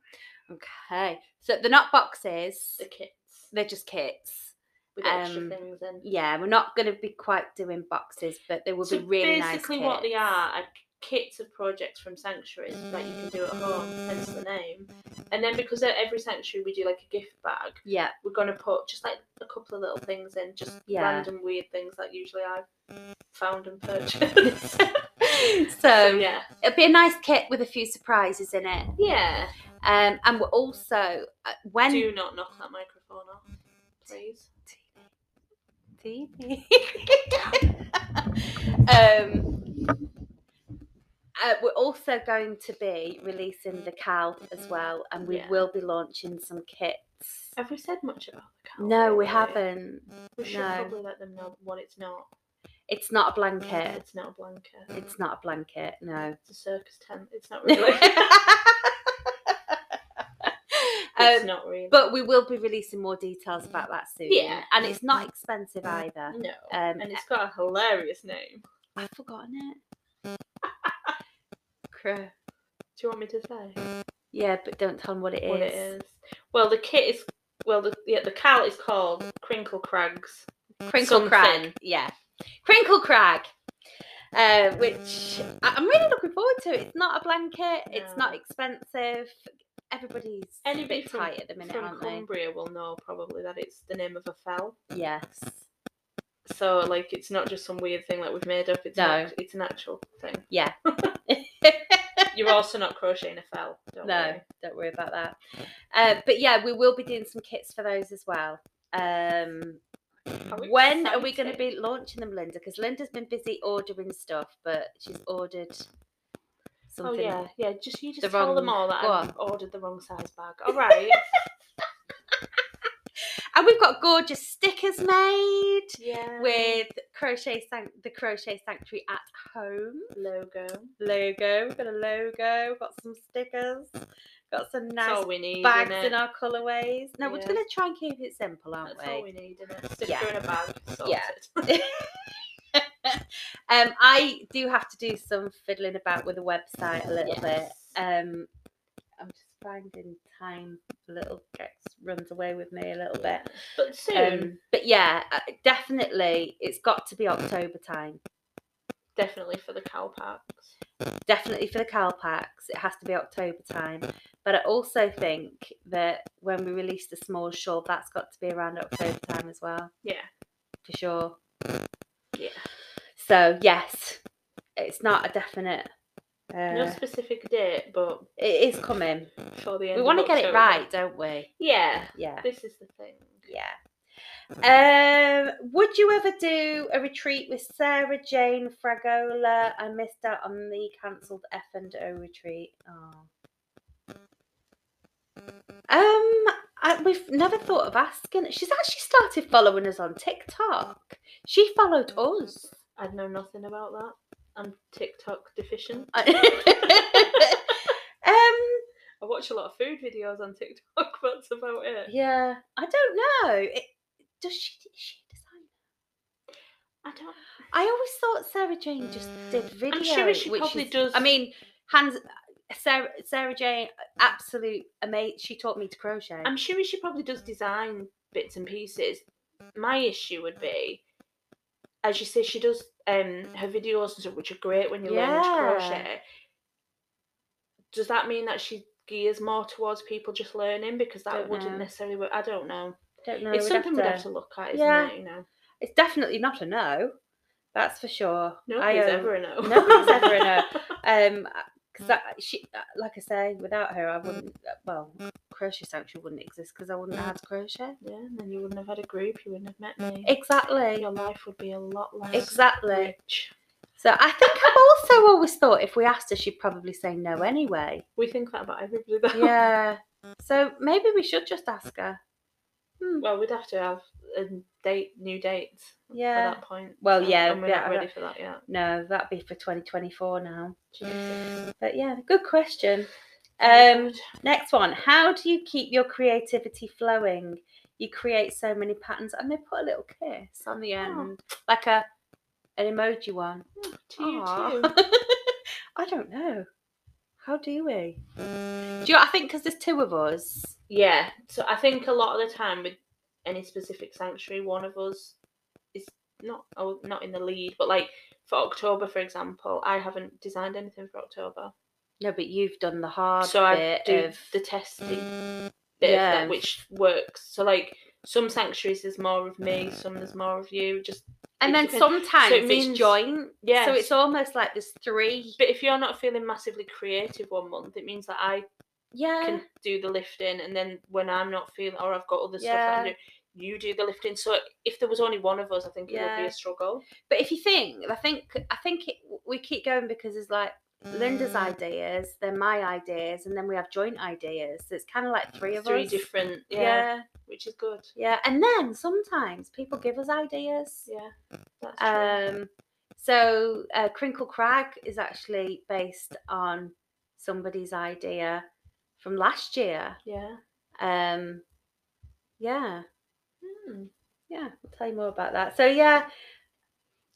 Speaker 2: Okay. So they're not boxes.
Speaker 1: The kits
Speaker 2: They're just kits.
Speaker 1: with extra
Speaker 2: Um,
Speaker 1: things in.
Speaker 2: Yeah, we're not going to be quite doing boxes, but they will
Speaker 1: so
Speaker 2: be really nice.
Speaker 1: basically, what they
Speaker 2: kits.
Speaker 1: are are kits of projects from sanctuaries that you can do at home, hence the name. And then because at every sanctuary we do like a gift bag,
Speaker 2: Yeah,
Speaker 1: we're gonna put just like a couple of little things in, just
Speaker 2: Yeah.
Speaker 1: random weird things that usually I found and purchased. so
Speaker 2: so
Speaker 1: yeah,
Speaker 2: it'll be a nice kit with a few surprises in it.
Speaker 1: yeah.
Speaker 2: Um, and we're also uh, when
Speaker 1: Do not knock that microphone off, please.
Speaker 2: um, uh, we're also going to be releasing the cow as well, and we
Speaker 1: Yeah.
Speaker 2: will be launching some kits.
Speaker 1: Have we said much about the cow?
Speaker 2: No, we
Speaker 1: really?
Speaker 2: haven't.
Speaker 1: We should
Speaker 2: no.
Speaker 1: probably let them know what it's not.
Speaker 2: It's not a blanket.
Speaker 1: It's not a blanket.
Speaker 2: It's not a blanket. No.
Speaker 1: It's a circus tent. It's not really. it's
Speaker 2: um,
Speaker 1: not really.
Speaker 2: but we will be releasing more details about that soon.
Speaker 1: Yeah.
Speaker 2: and it's not expensive either.
Speaker 1: no.
Speaker 2: Um,
Speaker 1: and it's got a hilarious name.
Speaker 2: I've forgotten it. Crow.
Speaker 1: Do you want me to say
Speaker 2: Yeah, but don't tell them what it is.
Speaker 1: what it is? Well, the kit is well, the yeah, the cow is called Crinkle Crags.
Speaker 2: Crinkle Crag.
Speaker 1: Something.
Speaker 2: Yeah, Crinkle Crag. Uh, which I- I'm really looking forward to. It's not a blanket. It's not
Speaker 1: No.
Speaker 2: expensive. Everybody's a
Speaker 1: Anybody
Speaker 2: bit
Speaker 1: from,
Speaker 2: tight at the minute,
Speaker 1: from
Speaker 2: aren't they?
Speaker 1: Cumbria will know probably that it's the name of a fell.
Speaker 2: Yes.
Speaker 1: So like, it's not just some weird thing like we've made up. It's
Speaker 2: No.
Speaker 1: an, act- it's an actual thing.
Speaker 2: Yeah.
Speaker 1: You're also not crocheting a fell. Don't
Speaker 2: no,
Speaker 1: worry.
Speaker 2: don't worry about that. Uh, but yeah, we will be doing some kits for those as well. Um,
Speaker 1: How
Speaker 2: when are we going to
Speaker 1: exciting. Oh,
Speaker 2: be launching them, Linda? Because Linda's been busy ordering stuff, but she's ordered something.
Speaker 1: Oh yeah, yeah. Just you just
Speaker 2: The
Speaker 1: tell them
Speaker 2: wrong-
Speaker 1: all that
Speaker 2: go
Speaker 1: I have ordered the wrong size bag. All right.
Speaker 2: And we've got gorgeous stickers made
Speaker 1: yeah.
Speaker 2: with crochet san- the crochet sanctuary at home
Speaker 1: logo. That's
Speaker 2: logo. We've got a logo. Got some stickers. Got some nice
Speaker 1: all we need.
Speaker 2: bags
Speaker 1: innit?
Speaker 2: in our colorways. No, we're just
Speaker 1: Yeah.
Speaker 2: going to try and keep it simple, aren't
Speaker 1: That's all
Speaker 2: we?
Speaker 1: we need, isn't it? Sticker
Speaker 2: Yeah.
Speaker 1: in a bag. Sorted.
Speaker 2: Yeah. um, I do have to do some fiddling about with the website a little
Speaker 1: Yes.
Speaker 2: bit. Um, I'm just finding time a little gets runs away with me a little bit.
Speaker 1: But soon,
Speaker 2: Um, but yeah, uh, definitely, it's got to be October time.
Speaker 1: definitely for the cow packs.
Speaker 2: Definitely for the Calpax, it has to be October time. But I also think that when we release the small shawl, that's got to be around October time as well.
Speaker 1: Yeah.
Speaker 2: for sure.
Speaker 1: Yeah.
Speaker 2: So yes, it's not a definite. Uh,
Speaker 1: no specific date, but
Speaker 2: it is coming.
Speaker 1: for the end.
Speaker 2: We
Speaker 1: of
Speaker 2: want to get it
Speaker 1: October.
Speaker 2: right, don't we?
Speaker 1: Yeah.
Speaker 2: Yeah.
Speaker 1: This is the thing.
Speaker 2: Yeah. Um, would you ever do a retreat with Sarah Jane Fragola? I missed out on the cancelled F and O retreat. Oh. Um, I, we've never thought of asking. She's actually started following us on TikTok. She followed us.
Speaker 1: I know nothing about that. I'm TikTok deficient.
Speaker 2: Um, I- um
Speaker 1: I watch a lot of food videos on TikTok, but that's about it.
Speaker 2: yeah i don't know it, does she is she a designer
Speaker 1: I don't.
Speaker 2: i always thought sarah jane just did video
Speaker 1: Mm, I'm sure she
Speaker 2: which
Speaker 1: probably
Speaker 2: is-
Speaker 1: does.
Speaker 2: i mean hands sarah, sarah jane absolute amazing she taught me to crochet
Speaker 1: I'm sure she probably does design bits and pieces. My issue would be, as you say, she does um her videos and stuff, which are great when you learn to
Speaker 2: Yeah.
Speaker 1: crochet. Does that mean that she gears more towards people just learning because that
Speaker 2: Don't
Speaker 1: wouldn't
Speaker 2: know.
Speaker 1: necessarily work? I don't know.
Speaker 2: don't know
Speaker 1: it's
Speaker 2: we'd
Speaker 1: something we'd have
Speaker 2: to-
Speaker 1: to look at, isn't
Speaker 2: Yeah.
Speaker 1: it? You know.
Speaker 2: it's definitely not a no That's for sure.
Speaker 1: Nobody's
Speaker 2: owe-
Speaker 1: um, ever a no. Mm.
Speaker 2: Nobody's ever a no. Um, because she, like I say, without her, I wouldn't. Well, crochet sanctuary wouldn't exist because I wouldn't have had
Speaker 1: Mm.
Speaker 2: to crochet.
Speaker 1: Yeah, and then you wouldn't have had a group. You wouldn't have met me.
Speaker 2: Exactly.
Speaker 1: Your life would be a lot less
Speaker 2: Exactly.
Speaker 1: rich.
Speaker 2: So I think I've also always thought if we asked her, she'd probably say no anyway.
Speaker 1: We think that about everybody. Though.
Speaker 2: Yeah. So maybe we should just ask her.
Speaker 1: Well, we'd have to have a date, new dates at
Speaker 2: Yeah.
Speaker 1: that point.
Speaker 2: Well,
Speaker 1: and-
Speaker 2: yeah,
Speaker 1: and we're
Speaker 2: yeah, I
Speaker 1: not ready for that yet.
Speaker 2: uh, No, that'd be for 2024 now.
Speaker 1: Jesus.
Speaker 2: But yeah, good question.
Speaker 1: Oh my
Speaker 2: Um,
Speaker 1: God.
Speaker 2: Next one. How do you keep your creativity flowing? You create so many patterns and they put a little kiss on the end.
Speaker 1: Oh.
Speaker 2: Like a an emoji one.
Speaker 1: to you
Speaker 2: Aw.
Speaker 1: too.
Speaker 2: I don't know. How do we? Do you I think because there's two of us.
Speaker 1: Yeah. So I think a lot of the time with any specific sanctuary, one of us is not oh, not in the lead, but like for October, for example, I haven't designed anything for October,
Speaker 2: No, but you've done the hard
Speaker 1: so I
Speaker 2: bit
Speaker 1: do
Speaker 2: of Mm,
Speaker 1: the testing bit of
Speaker 2: Yeah.
Speaker 1: that, which works. So like some sanctuaries, there's more of me, some there's
Speaker 2: Mm.
Speaker 1: more of you. Just
Speaker 2: and then
Speaker 1: depends.
Speaker 2: sometimes
Speaker 1: So it means-
Speaker 2: it's joint.
Speaker 1: yeah.
Speaker 2: So it's almost like there's three.
Speaker 1: but if you're not feeling massively creative one month, it means that I
Speaker 2: Yeah.
Speaker 1: can do the lifting, and then when I'm not feeling, or I've got other stuff I can do, you do the lifting. So if there was only one of us, I think it would be
Speaker 2: Yeah.
Speaker 1: a struggle.
Speaker 2: But if you think, I think, I think it, we keep going because it's like Linda's
Speaker 1: Mm.
Speaker 2: ideas, then my ideas, and then we have joint ideas. So it's kind of like three of
Speaker 1: three
Speaker 2: us.
Speaker 1: different yeah,
Speaker 2: yeah. yeah,
Speaker 1: which is good
Speaker 2: And then sometimes people give us ideas.
Speaker 1: yeah that's true.
Speaker 2: Um, so uh, Crinkle Crag is actually based on somebody's idea from last year.
Speaker 1: yeah
Speaker 2: Um, yeah,
Speaker 1: Hmm.
Speaker 2: yeah. I'll tell you more about that. So yeah,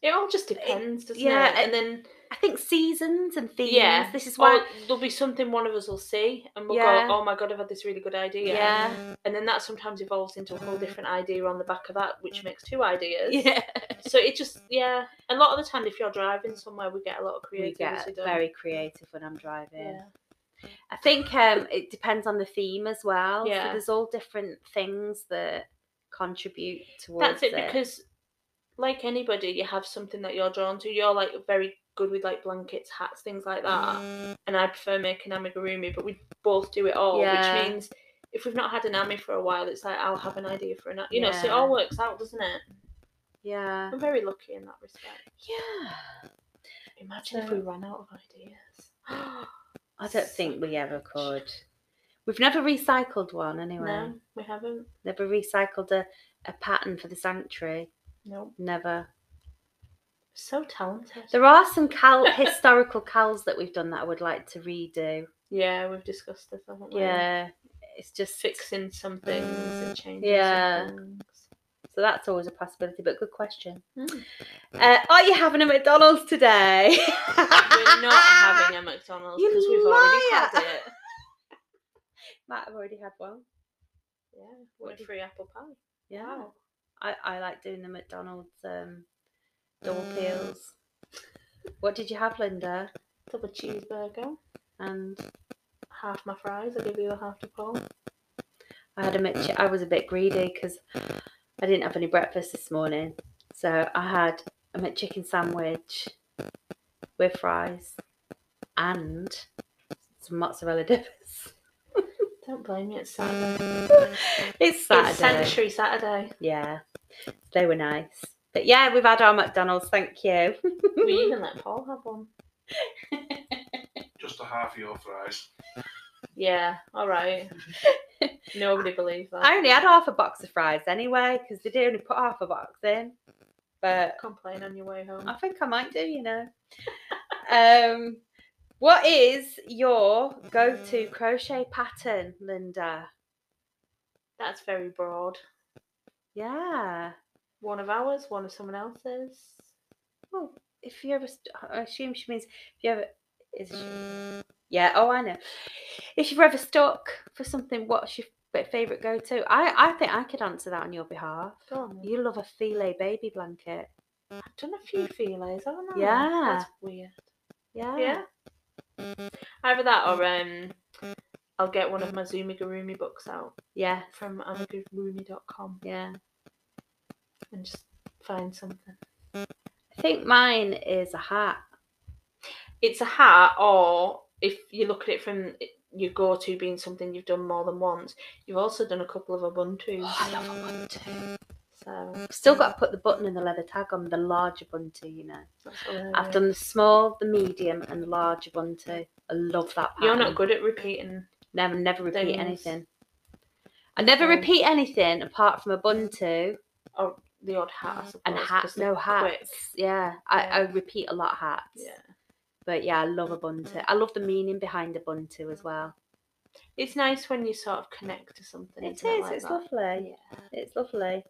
Speaker 1: it all just depends doesn't
Speaker 2: yeah,
Speaker 1: it and then
Speaker 2: I think seasons and themes.
Speaker 1: Yeah,
Speaker 2: This is
Speaker 1: well
Speaker 2: why.
Speaker 1: there'll be something one of us will see and we'll
Speaker 2: Yeah.
Speaker 1: go oh my god i've had this really good idea
Speaker 2: yeah.
Speaker 1: and then that sometimes evolves into a whole different idea on the back of that which makes two ideas
Speaker 2: Yeah.
Speaker 1: so it just yeah a lot of the time if you're driving somewhere we get a lot of
Speaker 2: We
Speaker 1: creativity
Speaker 2: get
Speaker 1: done.
Speaker 2: very creative when I'm driving.
Speaker 1: yeah
Speaker 2: I think um, it depends on the theme as well. So
Speaker 1: Yeah.
Speaker 2: there's all different things that contribute towards
Speaker 1: that's it because like anybody you have something that you're drawn to you're like very good with like blankets hats things like that and i prefer making amigurumi but we both do it all
Speaker 2: Yeah.
Speaker 1: which means if we've not had an ami for a while it's like i'll have an idea for an you know so it
Speaker 2: Yeah.
Speaker 1: all works out doesn't it
Speaker 2: yeah.
Speaker 1: i'm very lucky in that respect
Speaker 2: Yeah.
Speaker 1: imagine if
Speaker 2: So-
Speaker 1: we ran out of ideas
Speaker 2: I don't think we ever could. We've never recycled one anyway.
Speaker 1: no we haven't
Speaker 2: Never recycled a, a pattern for the sanctuary.
Speaker 1: no
Speaker 2: Never.
Speaker 1: so talented
Speaker 2: There are some cal- historical cals that we've done that I would like to redo.
Speaker 1: yeah we've discussed this haven't we
Speaker 2: Yeah. It's just
Speaker 1: fixing some things and changing
Speaker 2: Yeah.
Speaker 1: some things
Speaker 2: So that's always a possibility, but good question.
Speaker 1: Mm.
Speaker 2: Uh, are you having a McDonald's today?
Speaker 1: We're not having a McDonald's
Speaker 2: You
Speaker 1: because we've already
Speaker 2: liar.
Speaker 1: had it.
Speaker 2: Might have already had one.
Speaker 1: Yeah,
Speaker 2: What
Speaker 1: with
Speaker 2: did-
Speaker 1: free apple pie.
Speaker 2: Yeah.
Speaker 1: Wow.
Speaker 2: I, I like doing the McDonald's um, double peels. What did you have, Linda?
Speaker 1: Double cheeseburger,
Speaker 2: And
Speaker 1: half my fries. I give you the half to Paul.
Speaker 2: I had a McChi- I was a bit greedy because I didn't have any breakfast this morning, so I had a McChicken sandwich with fries and some mozzarella dippers.
Speaker 1: Don't blame me. It's Saturday.
Speaker 2: It's
Speaker 1: It's
Speaker 2: Saturday.
Speaker 1: Sanctuary Saturday.
Speaker 2: Yeah, they were nice. But yeah, we've had our McDonald's. Thank you.
Speaker 1: we even let Paul have one.
Speaker 3: Just a half of your fries.
Speaker 1: Yeah. All right. Nobody believes that.
Speaker 2: I only had half a box of fries anyway because they did only put half a box in. But
Speaker 1: complain on your way home.
Speaker 2: I think I might do, you know. um, what is your go-to crochet pattern, Linda?
Speaker 1: That's very broad.
Speaker 2: Yeah.
Speaker 1: One of ours. One of someone else's.
Speaker 2: Well, if you ever, st- I assume she means if you ever is. she- Yeah. Oh, I know. If you've ever stuck for something, what's your f- favorite go-to? I I think I could answer that on your behalf.
Speaker 1: Go on.
Speaker 2: You love a filet baby blanket.
Speaker 1: I've done a few feelers, haven't I?
Speaker 2: Yeah.
Speaker 1: That's weird.
Speaker 2: Yeah.
Speaker 1: Yeah. Either that or um, I'll get one of my Zumigurumi books out
Speaker 2: Yeah.
Speaker 1: from amigurumi.com
Speaker 2: Yeah.
Speaker 1: and just find something.
Speaker 2: I I think mine is a hat.
Speaker 1: It's a hat, or if you look at it from your go-to being something you've done more than once, you've also done a couple of ubuntus.
Speaker 2: Oh, I love a buntu.
Speaker 1: So
Speaker 2: I've still got to put the button and the leather tag on the large buntu, you know.
Speaker 1: that's hilarious.
Speaker 2: I've done the small, the medium, and the large buntu. I love that. Pattern.
Speaker 1: You're not good at repeating.
Speaker 2: Never, never repeat
Speaker 1: Things.
Speaker 2: anything. I never
Speaker 1: Okay.
Speaker 2: repeat anything apart from Ubuntu
Speaker 1: the odd hat, I suppose.
Speaker 2: and hats.
Speaker 1: 'cause they're
Speaker 2: No hats.
Speaker 1: quick.
Speaker 2: Yeah, I,
Speaker 1: Yeah.
Speaker 2: I repeat a lot of hats.
Speaker 1: Yeah.
Speaker 2: But yeah, I love Ubuntu. I love the meaning behind Ubuntu as well.
Speaker 1: It's nice when you sort of connect to something.
Speaker 2: It is.
Speaker 1: isn't like
Speaker 2: it's
Speaker 1: that?
Speaker 2: lovely.
Speaker 1: Yeah.
Speaker 2: It's lovely.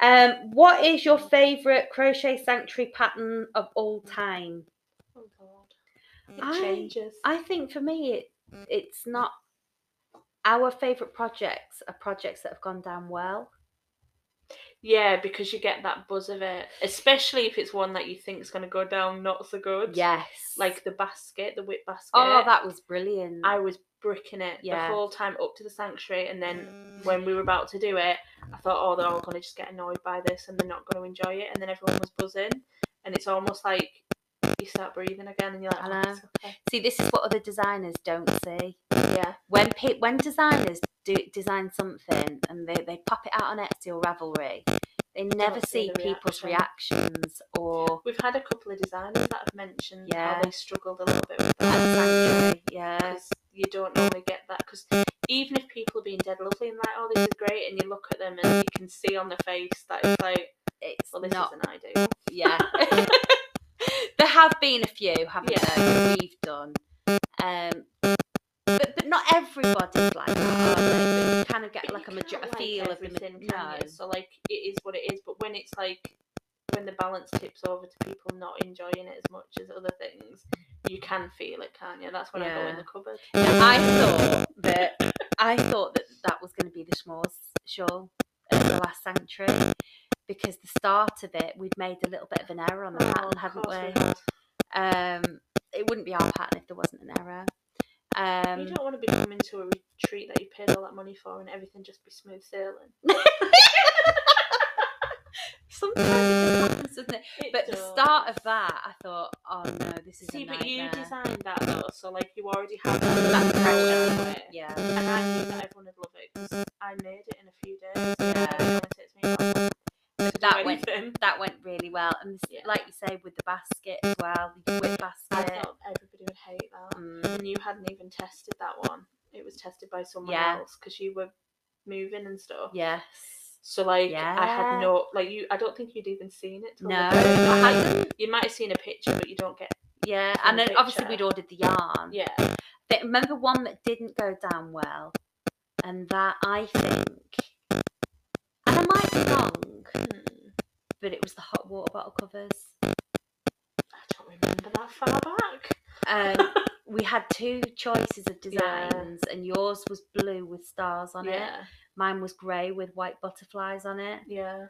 Speaker 2: Um, what is your favourite crochet sanctuary pattern of all time?
Speaker 1: Oh God. It
Speaker 2: I-
Speaker 1: changes.
Speaker 2: I think for me, it
Speaker 1: Mm.
Speaker 2: it's not. Our favourite projects are projects that have gone down well.
Speaker 1: yeah, because you get that buzz of it, especially if it's one that you think is going to go down not so good.
Speaker 2: Yes.
Speaker 1: Like the basket, the whip basket.
Speaker 2: oh, that was brilliant.
Speaker 1: I was bricking it
Speaker 2: Yeah. Mm.
Speaker 1: the whole time up to the sanctuary, and then when we were about to do it, I thought, oh, they're all going to just get annoyed by this and they're not going to enjoy it. And then everyone was buzzing, and it's almost like you start breathing again, and you're like,
Speaker 2: I
Speaker 1: oh,
Speaker 2: know.
Speaker 1: it's okay.
Speaker 2: See, this is what other designers don't see.
Speaker 1: yeah,
Speaker 2: When pe- when designers do design something and they, they pop it out on Etsy or Ravelry, they never
Speaker 1: don't see
Speaker 2: see
Speaker 1: the
Speaker 2: people's
Speaker 1: reaction.
Speaker 2: reactions or
Speaker 1: We've had a couple of designers that have mentioned
Speaker 2: Yeah.
Speaker 1: how they struggled a little bit with
Speaker 2: at
Speaker 1: that
Speaker 2: sanctuary. Yeah,
Speaker 1: because you don't normally get that. Because even if people are being dead lovely and like, oh, this is great, and you look at them and you can see on their face that it's like,
Speaker 2: it's
Speaker 1: well, this
Speaker 2: not.
Speaker 1: isn't ideal.
Speaker 2: Yeah, there have been a few, haven't
Speaker 1: Yeah.
Speaker 2: there? that We've done, um, but but not everybody's like that. Are they? But you kind of get
Speaker 1: But
Speaker 2: like a,
Speaker 1: you
Speaker 2: majo-
Speaker 1: can't
Speaker 2: a
Speaker 1: like
Speaker 2: feel of the ma-
Speaker 1: everything, can
Speaker 2: no.
Speaker 1: you? So like, it is what it is. But when it's like, when the balance tips over to people not enjoying it as much as other things, you can feel it, can't you? That's when I go
Speaker 2: Yeah.
Speaker 1: in the cupboard.
Speaker 2: I thought that I thought that that was going to be the s'mores shawl at the last sanctuary because the start of it we'd made a little bit of an error on the
Speaker 1: Oh,
Speaker 2: pattern,
Speaker 1: of
Speaker 2: hadn't
Speaker 1: course we
Speaker 2: we?
Speaker 1: had.
Speaker 2: Um, it wouldn't be our pattern if there wasn't an error. Um,
Speaker 1: you don't want to be coming to a retreat that you paid all that money for and everything just be smooth sailing.
Speaker 2: sometimes it just happens, doesn't it?
Speaker 1: It
Speaker 2: But the
Speaker 1: does.
Speaker 2: start of that, I thought, oh no, this is
Speaker 1: See,
Speaker 2: a
Speaker 1: but you
Speaker 2: nightmare.
Speaker 1: designed that though, so like you already have
Speaker 2: That
Speaker 1: that pressure on
Speaker 2: pressure,
Speaker 1: it.
Speaker 2: yeah.
Speaker 1: And I knew that everyone would love it 'cause I made it in a few days.
Speaker 2: Yeah.
Speaker 1: And it takes me that long to do
Speaker 2: That went
Speaker 1: anything.
Speaker 2: that went really well, and s-
Speaker 1: Yeah.
Speaker 2: like you say, with the basket as well, the whip
Speaker 1: I
Speaker 2: basket.
Speaker 1: thought everybody would hate that.
Speaker 2: Mm.
Speaker 1: And you hadn't even tested that one. It was tested by someone
Speaker 2: Yeah.
Speaker 1: else because you were moving and stuff.
Speaker 2: Yes.
Speaker 1: So like I
Speaker 2: Yeah.
Speaker 1: had no like you I don't think you'd even seen it. till the
Speaker 2: No, I
Speaker 1: day.
Speaker 2: hadn't.
Speaker 1: You might have seen a picture, but you don't get
Speaker 2: Yeah,
Speaker 1: From
Speaker 2: and
Speaker 1: the
Speaker 2: then obviously
Speaker 1: picture.
Speaker 2: we'd ordered the yarn.
Speaker 1: yeah.
Speaker 2: But remember one that didn't go down well, and that I think, and I might be wrong,
Speaker 1: Hmm.
Speaker 2: Mm. but it was the hot water bottle covers.
Speaker 1: I don't remember that far back.
Speaker 2: Um, we had two choices of designs, and yours was blue with stars on it.
Speaker 1: yeah,
Speaker 2: Mine was grey with white butterflies on it.
Speaker 1: yeah.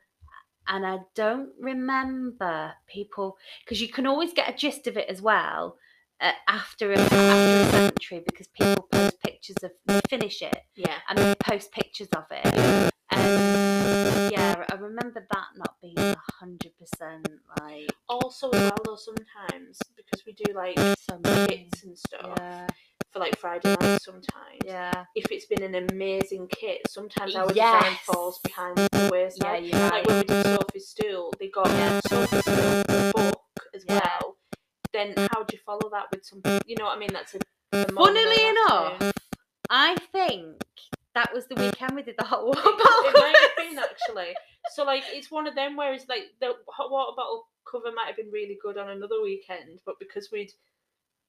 Speaker 2: and I don't remember people because you can always get a gist of it as well uh, after a, after a century because people post pictures of they finish it
Speaker 1: Yeah.
Speaker 2: and they post pictures of it. And yeah, I remember that not being a hundred percent like
Speaker 1: Also, as well, though, sometimes because we do like
Speaker 2: so much.
Speaker 1: kits and stuff
Speaker 2: Yeah,
Speaker 1: for like Friday night sometimes.
Speaker 2: yeah,
Speaker 1: If it's been an amazing kit, sometimes our design
Speaker 2: Yes.
Speaker 1: falls behind the
Speaker 2: yeah.
Speaker 1: wayside.
Speaker 2: You're right.
Speaker 1: Like when we did Sophie's Stool, they got
Speaker 2: Yeah.
Speaker 1: Sophie's Stool the book as
Speaker 2: Yeah.
Speaker 1: well. Then how do you follow that with something? You know what I mean? That's a. a morning and
Speaker 2: Funnily
Speaker 1: an
Speaker 2: enough,
Speaker 1: afternoon.
Speaker 2: I think that was the weekend we did the hot water
Speaker 1: Mm. it might have
Speaker 2: bottle.
Speaker 1: been actually. So like, it's one of them where it's like the hot water bottle cover might have been really good on another weekend, but because we'd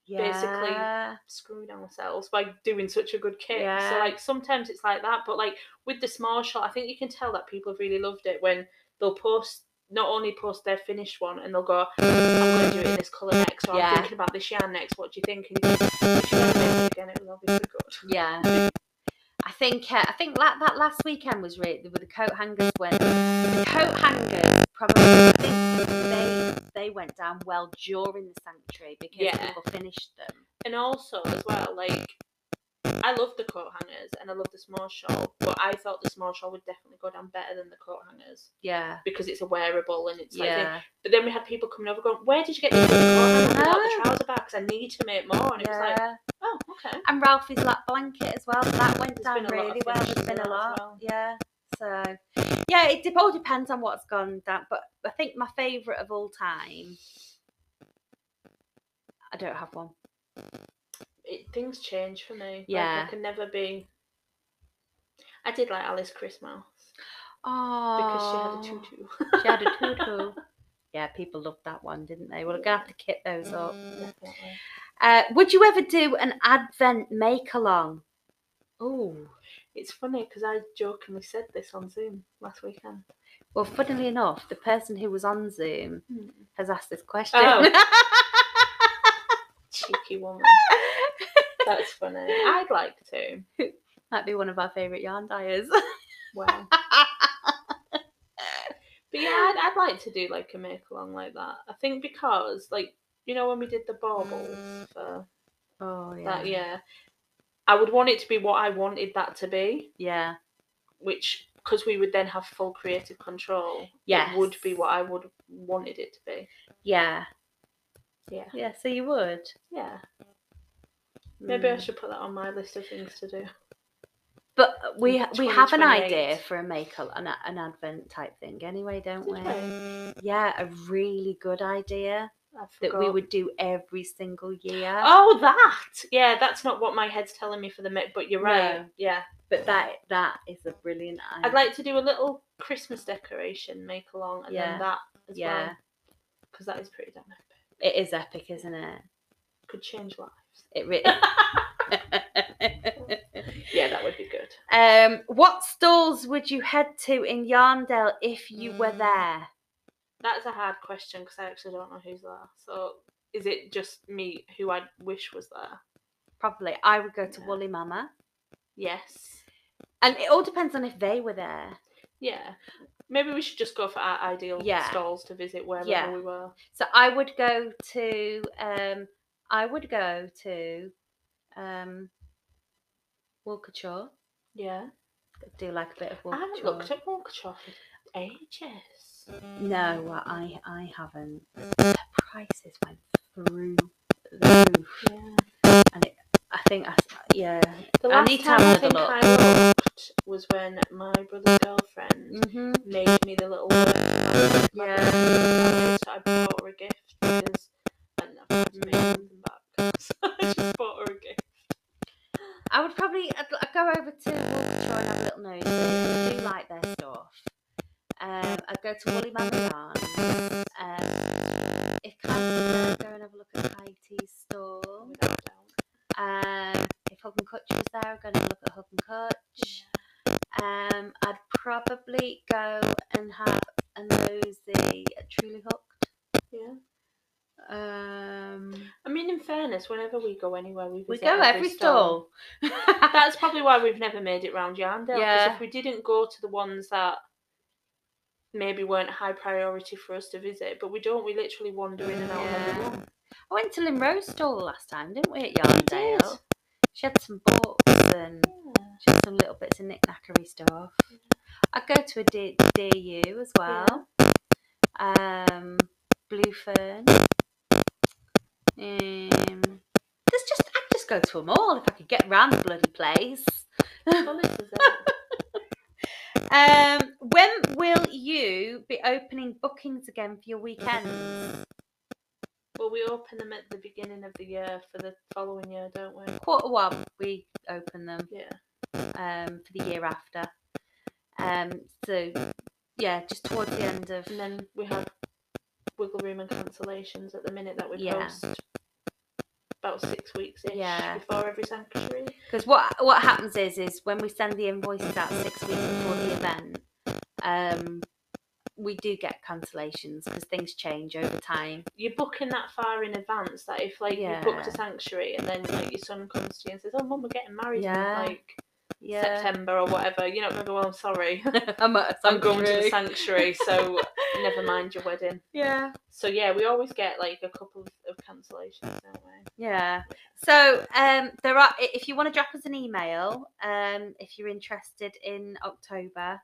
Speaker 1: basically-
Speaker 2: Yeah.
Speaker 1: screwed ourselves by doing such a good kit.
Speaker 2: Yeah.
Speaker 1: So like sometimes it's like that, but like with the small shot, I think you can tell that people have really loved it when they'll post not only post their finished one and they'll go, I'm gonna do it in this colour next or
Speaker 2: Yeah.
Speaker 1: I'm thinking about this yarn next, what do you think? And you think if you're gonna make it again, it was obviously good.
Speaker 2: Yeah. I think uh, I think that, that last weekend was really with the coat hangers went the coat hangers probably I think they they went down well during the sanctuary because
Speaker 1: Yeah.
Speaker 2: people finished them.
Speaker 1: And also as well, like I love the coat hangers and I love the small shawl, but I thought the small shawl would definitely go down better than the coat hangers
Speaker 2: Yeah.
Speaker 1: because it's a wearable and it's like. thing.
Speaker 2: Yeah.
Speaker 1: But then we had people coming over going, "Where did you get the coat hanger without
Speaker 2: Ah.
Speaker 1: the trouser back? 'Cause I need to make more." And it was like,
Speaker 2: yeah.
Speaker 1: "Oh, okay."
Speaker 2: And Ralphie's lap blanket as well. That went
Speaker 1: There's
Speaker 2: down
Speaker 1: been a lot of
Speaker 2: really well. There's
Speaker 1: finishes
Speaker 2: been
Speaker 1: as
Speaker 2: a lot.
Speaker 1: well.
Speaker 2: Yeah. So, yeah, it de- all depends on what's gone down. But I think my favourite of all time. I don't have one.
Speaker 1: It, things change for me. Like,
Speaker 2: Yeah.
Speaker 1: I can never be. I did like Alice Christmas
Speaker 2: Oh.
Speaker 1: because she had a tutu.
Speaker 2: She had a tutu. yeah, people loved that one, didn't they? Well, I'm going to have to kit those up.
Speaker 1: Mm. Definitely.
Speaker 2: Uh, would you ever do an advent make along? Ooh.
Speaker 1: It's funny because I jokingly said this on Zoom last weekend.
Speaker 2: Well, funnily enough, the person who was on Zoom
Speaker 1: Hmm.
Speaker 2: has asked this question.
Speaker 1: Oh. Cheeky woman. That's funny. I'd like to.
Speaker 2: Might be one of our favourite yarn dyers.
Speaker 1: Well. But yeah, I'd, I'd like to do like a make along like that. I think because like you know when we did the baubles for
Speaker 2: oh Mm, yeah.
Speaker 1: that yeah, I would want it to be what I wanted that to be,
Speaker 2: Yeah.
Speaker 1: which because we would then have full creative control.
Speaker 2: Yes.
Speaker 1: it would be what I would wanted it to be.
Speaker 2: Yeah.
Speaker 1: Yeah.
Speaker 2: Yeah. So you would.
Speaker 1: Yeah, maybe I
Speaker 2: Mm.
Speaker 1: should put that on my list of things to do.
Speaker 2: But we we have an idea
Speaker 1: 2028.
Speaker 2: for a make al- an, an advent type thing anyway, don't we?
Speaker 1: That
Speaker 2: Yeah, a really good idea that we would do every single year.
Speaker 1: Oh, that. Yeah, that's not what my head's telling me for the make, but you're right.
Speaker 2: No.
Speaker 1: Yeah.
Speaker 2: But that that is a brilliant idea.
Speaker 1: I'd like to do a little Christmas decoration make along and
Speaker 2: Yeah.
Speaker 1: then that as
Speaker 2: Yeah.
Speaker 1: well. Because that is pretty damn epic.
Speaker 2: It is epic, isn't it?
Speaker 1: Could change lives.
Speaker 2: It really.
Speaker 1: Yeah, that would be good.
Speaker 2: um, what stalls would you head to in Yarndale if you were
Speaker 1: Mm.
Speaker 2: there?
Speaker 1: That's a hard question because I actually don't know who's there. So is it just me who I wish was there?
Speaker 2: Probably, I would go to
Speaker 1: Yeah.
Speaker 2: Woolly Mama,
Speaker 1: Yes.
Speaker 2: and it all depends on if they were there.
Speaker 1: Yeah. Maybe we should just go for our ideal
Speaker 2: Yeah.
Speaker 1: stalls to visit wherever
Speaker 2: Yeah.
Speaker 1: we were.
Speaker 2: So I would go to um I would go to um Walkachaw.
Speaker 1: Yeah.
Speaker 2: Do like a bit of
Speaker 1: I
Speaker 2: Walkachaw.
Speaker 1: haven't looked at Walkachaw for ages.
Speaker 2: No, I I haven't. The prices went through the roof.
Speaker 1: Yeah.
Speaker 2: I think I s- yeah.
Speaker 1: The
Speaker 2: I
Speaker 1: last
Speaker 2: need to
Speaker 1: time
Speaker 2: have
Speaker 1: I
Speaker 2: another
Speaker 1: think
Speaker 2: look.
Speaker 1: I looked was when my brother's girlfriend
Speaker 2: Mm-hmm.
Speaker 1: made me the little work. that my
Speaker 2: Yeah.
Speaker 1: brother had. So I bought her a gift because I didn't have time to make something back. So I just bought her a gift.
Speaker 2: I would probably I'd, I'd go over to Walkachaw and have a little nosy. I do like their stuff. Um, I'd go to Woolly Mammy Yarn. Um, if Kai's there, I'd go and have a look at Katie's store.
Speaker 1: Without a doubt.
Speaker 2: Um, if Hug and Kutch was there, I'm going to look at Hug and Kutch. Um, I'd probably go and have a nosy at Truly Hooked.
Speaker 1: Yeah.
Speaker 2: Um,
Speaker 1: I mean, in fairness, whenever we go anywhere, we visit
Speaker 2: we go every stall.
Speaker 1: That's probably why we've never made it round Yarndale. Because
Speaker 2: Yeah.
Speaker 1: if we didn't go to the ones that maybe weren't high priority for us to visit, but we don't, we literally wander in and out of
Speaker 2: Yeah.
Speaker 1: every one.
Speaker 2: I went to Limrose stall last time, didn't we, at
Speaker 1: did.
Speaker 2: Yarndale? She had some books and she had some little bits of knickknackery stuff. I'd go to a D- DU as
Speaker 1: Yeah.
Speaker 2: well. Um, Blue Fern. Um, there's just I'd just go to them all if I could get round the bloody place.
Speaker 1: Well, this is it.
Speaker 2: Um, when will you be opening bookings again for your weekends?
Speaker 1: Well, we open them at the beginning of the year for the following year, don't we?
Speaker 2: Quarter one, we open them.
Speaker 1: Yeah.
Speaker 2: um, for the year after. Um, so yeah, just towards the end of
Speaker 1: And then we have wiggle room and cancellations at the minute that we
Speaker 2: Yeah.
Speaker 1: post. About six weeks ish
Speaker 2: Yeah.
Speaker 1: before every sanctuary.
Speaker 2: because what what happens is is when we send the invoices out six weeks before the event, um, we do get cancellations because things change over time.
Speaker 1: You're booking that far in advance that if like
Speaker 2: Yeah.
Speaker 1: you booked a sanctuary and then like your son comes to you and says, "Oh, mum, we're getting married
Speaker 2: Yeah.
Speaker 1: in like
Speaker 2: Yeah,
Speaker 1: September or whatever," you're not going to go. "Oh, I'm sorry,
Speaker 2: I'm, at a
Speaker 1: I'm going to the
Speaker 2: sanctuary.
Speaker 1: sanctuary, so never mind your wedding."
Speaker 2: Yeah,
Speaker 1: So yeah, we always get like a couple of, of cancellations, don't we?
Speaker 2: yeah. So um, there are. i- If you want to drop us an email, um, if you're interested in October,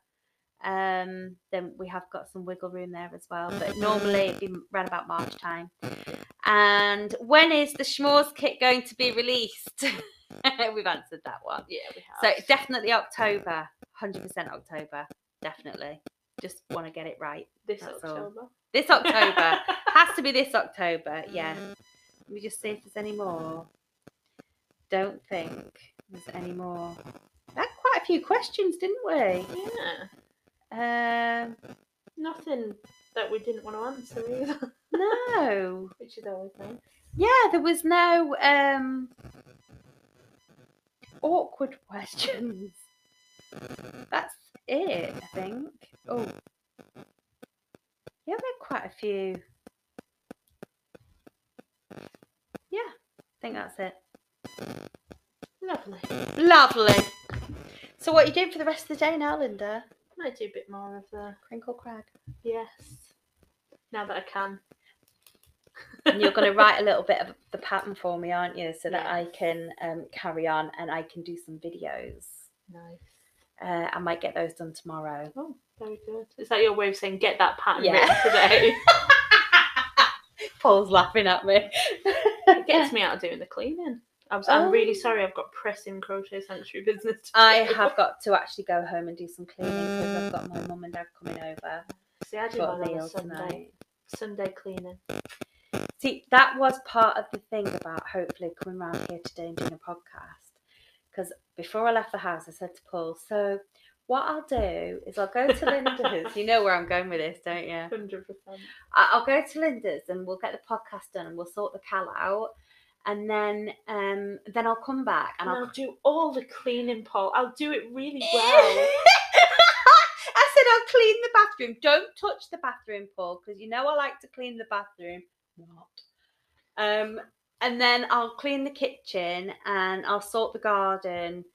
Speaker 2: um, then we have got some wiggle room there as well. But normally it'd be around about March time. And when is the Schmores kit going to be released? We've answered that one.
Speaker 1: Yeah, we have.
Speaker 2: So it's definitely October, hundred percent October, definitely. Just want to get it right
Speaker 1: this
Speaker 2: that's all.
Speaker 1: October.
Speaker 2: this October. Has to be this October, yeah. Let me just see if there's any more. Don't think there's any more. Had quite a few questions, didn't we?
Speaker 1: yeah.
Speaker 2: Um,
Speaker 1: Nothing that we didn't want to answer either,
Speaker 2: no.
Speaker 1: which is always nice.
Speaker 2: Yeah, there was no um awkward questions. That's it, I think. Oh. Yeah, we had quite a few. Yeah, I think that's it.
Speaker 1: Lovely.
Speaker 2: Lovely. So what are you doing for the rest of the day now, Linda?
Speaker 1: Might do a bit more of the
Speaker 2: Crinkle crag.
Speaker 1: yes. Now that I can.
Speaker 2: And you're going to write a little bit of the pattern for me, aren't you? So that I
Speaker 1: Yes.
Speaker 2: can um, carry on and I can do some videos.
Speaker 1: Nice.
Speaker 2: Uh, I might get those done tomorrow.
Speaker 1: Oh, very good. Is that your way of saying get that pattern
Speaker 2: Yeah.
Speaker 1: written today?
Speaker 2: Paul's laughing at me.
Speaker 1: It gets me out of doing the cleaning. I was, I'm really sorry. I've got pressing crochet sanctuary business. To
Speaker 2: Oh. I
Speaker 1: do.
Speaker 2: have got to actually go home and do some cleaning because I've got my mum and dad coming over.
Speaker 1: See, I do
Speaker 2: Got
Speaker 1: mine on
Speaker 2: Neil
Speaker 1: a Sunday.
Speaker 2: tonight.
Speaker 1: Sunday cleaning.
Speaker 2: See, that was part of the thing about hopefully coming round here today and doing a podcast. Because before I left the house, I said to Paul, so what I'll do is I'll go to Linda's. you know where I'm going with this, don't you?
Speaker 1: Hundred percent.
Speaker 2: I- I'll go to Linda's and we'll get the podcast done and we'll sort the cal out. And then um, then I'll come back and
Speaker 1: And
Speaker 2: I'll
Speaker 1: I'll do all the cleaning, Paul. I'll do it really well.
Speaker 2: I said I'll clean the bathroom. Don't touch the bathroom, Paul, because you know I like to clean the bathroom. Not. Um, and then I'll clean the kitchen and I'll sort the garden.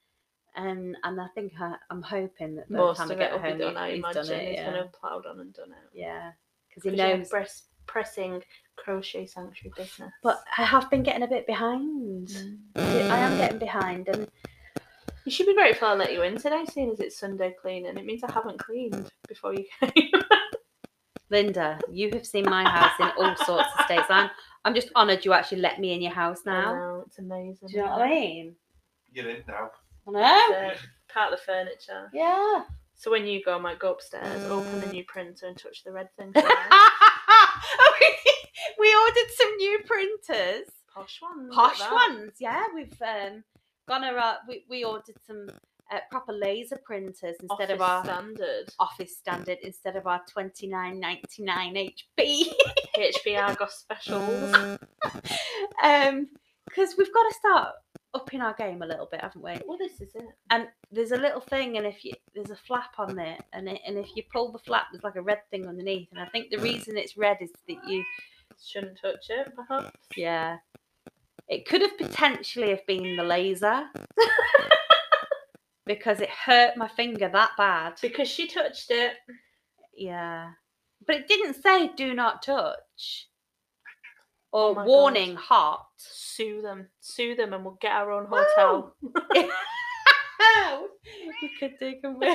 Speaker 2: And and I think I, I'm hoping that by the
Speaker 1: Most
Speaker 2: time
Speaker 1: of it
Speaker 2: I get
Speaker 1: will
Speaker 2: home,
Speaker 1: be done. I
Speaker 2: he's
Speaker 1: imagine
Speaker 2: done it.
Speaker 1: he's
Speaker 2: yeah,
Speaker 1: gonna have ploughed on and done it.
Speaker 2: yeah, because he
Speaker 1: Because you
Speaker 2: knows.
Speaker 1: have press, pressing crochet sanctuary business.
Speaker 2: But I have been getting a bit behind.
Speaker 1: Mm.
Speaker 2: I am getting behind, and
Speaker 1: you should be grateful I let you in today, seeing as it's Sunday cleaning. It means I haven't cleaned before you came.
Speaker 2: Linda, you have seen my house in all sorts of states. I'm I'm just honoured you actually let me in your house
Speaker 1: I
Speaker 2: now.
Speaker 1: know, it's amazing.
Speaker 2: Do you know what I mean?
Speaker 3: You're in now.
Speaker 2: I know.
Speaker 1: Uh, part of the furniture.
Speaker 2: Yeah.
Speaker 1: So when you go, I might go upstairs, open
Speaker 2: Mm.
Speaker 1: the new printer, and touch the red thing.
Speaker 2: we, we ordered some new printers.
Speaker 1: Posh ones.
Speaker 2: Posh
Speaker 1: like that.
Speaker 2: ones, yeah. We've um, gone around, we, we ordered some uh, proper laser printers instead of
Speaker 1: Office
Speaker 2: our
Speaker 1: standard
Speaker 2: office standard, instead of our twenty nine ninety nine HP.
Speaker 1: HB Argos
Speaker 2: Mm.
Speaker 1: specials.
Speaker 2: um, Because we've got to start upping our game a little bit, haven't we?
Speaker 1: Well, this is it.
Speaker 2: and there's a little thing and if you there's a flap on it and it, and if you pull the flap there's like a red thing underneath and i think the reason it's red is that you
Speaker 1: Shouldn't touch it, perhaps.
Speaker 2: yeah it could have potentially have been the laser because it hurt my finger that bad
Speaker 1: Because she touched it.
Speaker 2: yeah but it didn't say do not touch or
Speaker 1: Oh my God.
Speaker 2: warning hot
Speaker 1: Sue them. Sue them, and we'll get our own hotel.
Speaker 2: oh you could do can we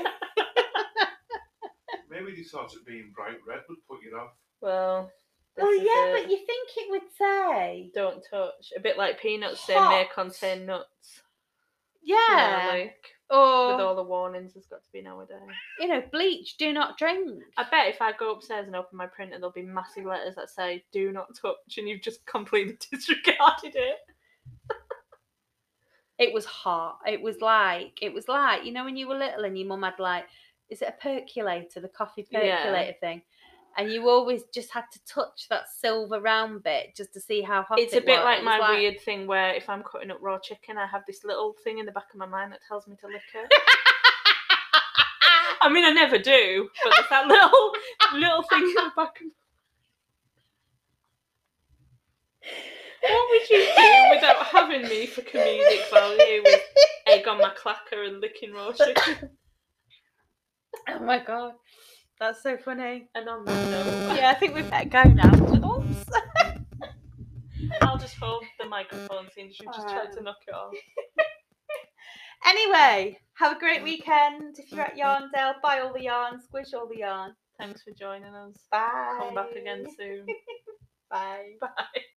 Speaker 3: Maybe they thought it being bright red would put you off.
Speaker 1: Well. This
Speaker 2: oh
Speaker 1: is
Speaker 2: yeah
Speaker 1: it.
Speaker 2: but you think it would say
Speaker 1: don't touch. A bit like peanuts saying may
Speaker 2: Hot.
Speaker 1: contain nuts. You know,
Speaker 2: yeah
Speaker 1: like
Speaker 2: or
Speaker 1: with all the warnings there's got to be nowadays.
Speaker 2: you know, bleach, do not drink.
Speaker 1: I bet if I go upstairs and open my printer there'll be massive letters that say do not touch and you've just completely disregarded it.
Speaker 2: It was hot. It was like, it was like, you know, when you were little and your mum had like, is it a percolator, the coffee
Speaker 1: Yeah.
Speaker 2: percolator thing? And you always just had to touch that silver round bit just to see how hot
Speaker 1: It's a
Speaker 2: it
Speaker 1: bit
Speaker 2: was.
Speaker 1: like
Speaker 2: It was
Speaker 1: my weird thing where if I'm cutting up raw chicken I have this little thing in the back of my mind that tells me to lick it. I mean I never do, but there's that little little thing in the back of What would you do without having me for comedic value with egg on my clacker and licking raw chicken?
Speaker 2: Oh my god, that's so funny.
Speaker 1: And on that note,
Speaker 2: Yeah, I think we better go now. Oops.
Speaker 1: I'll just hold the microphone since you just tried to knock it off.
Speaker 2: Anyway, have a great weekend. If you're at Yarndale, buy all the yarn, squish all the yarn.
Speaker 1: Thanks for joining us.
Speaker 2: Bye.
Speaker 1: Come back again soon.
Speaker 2: Bye.
Speaker 1: Bye.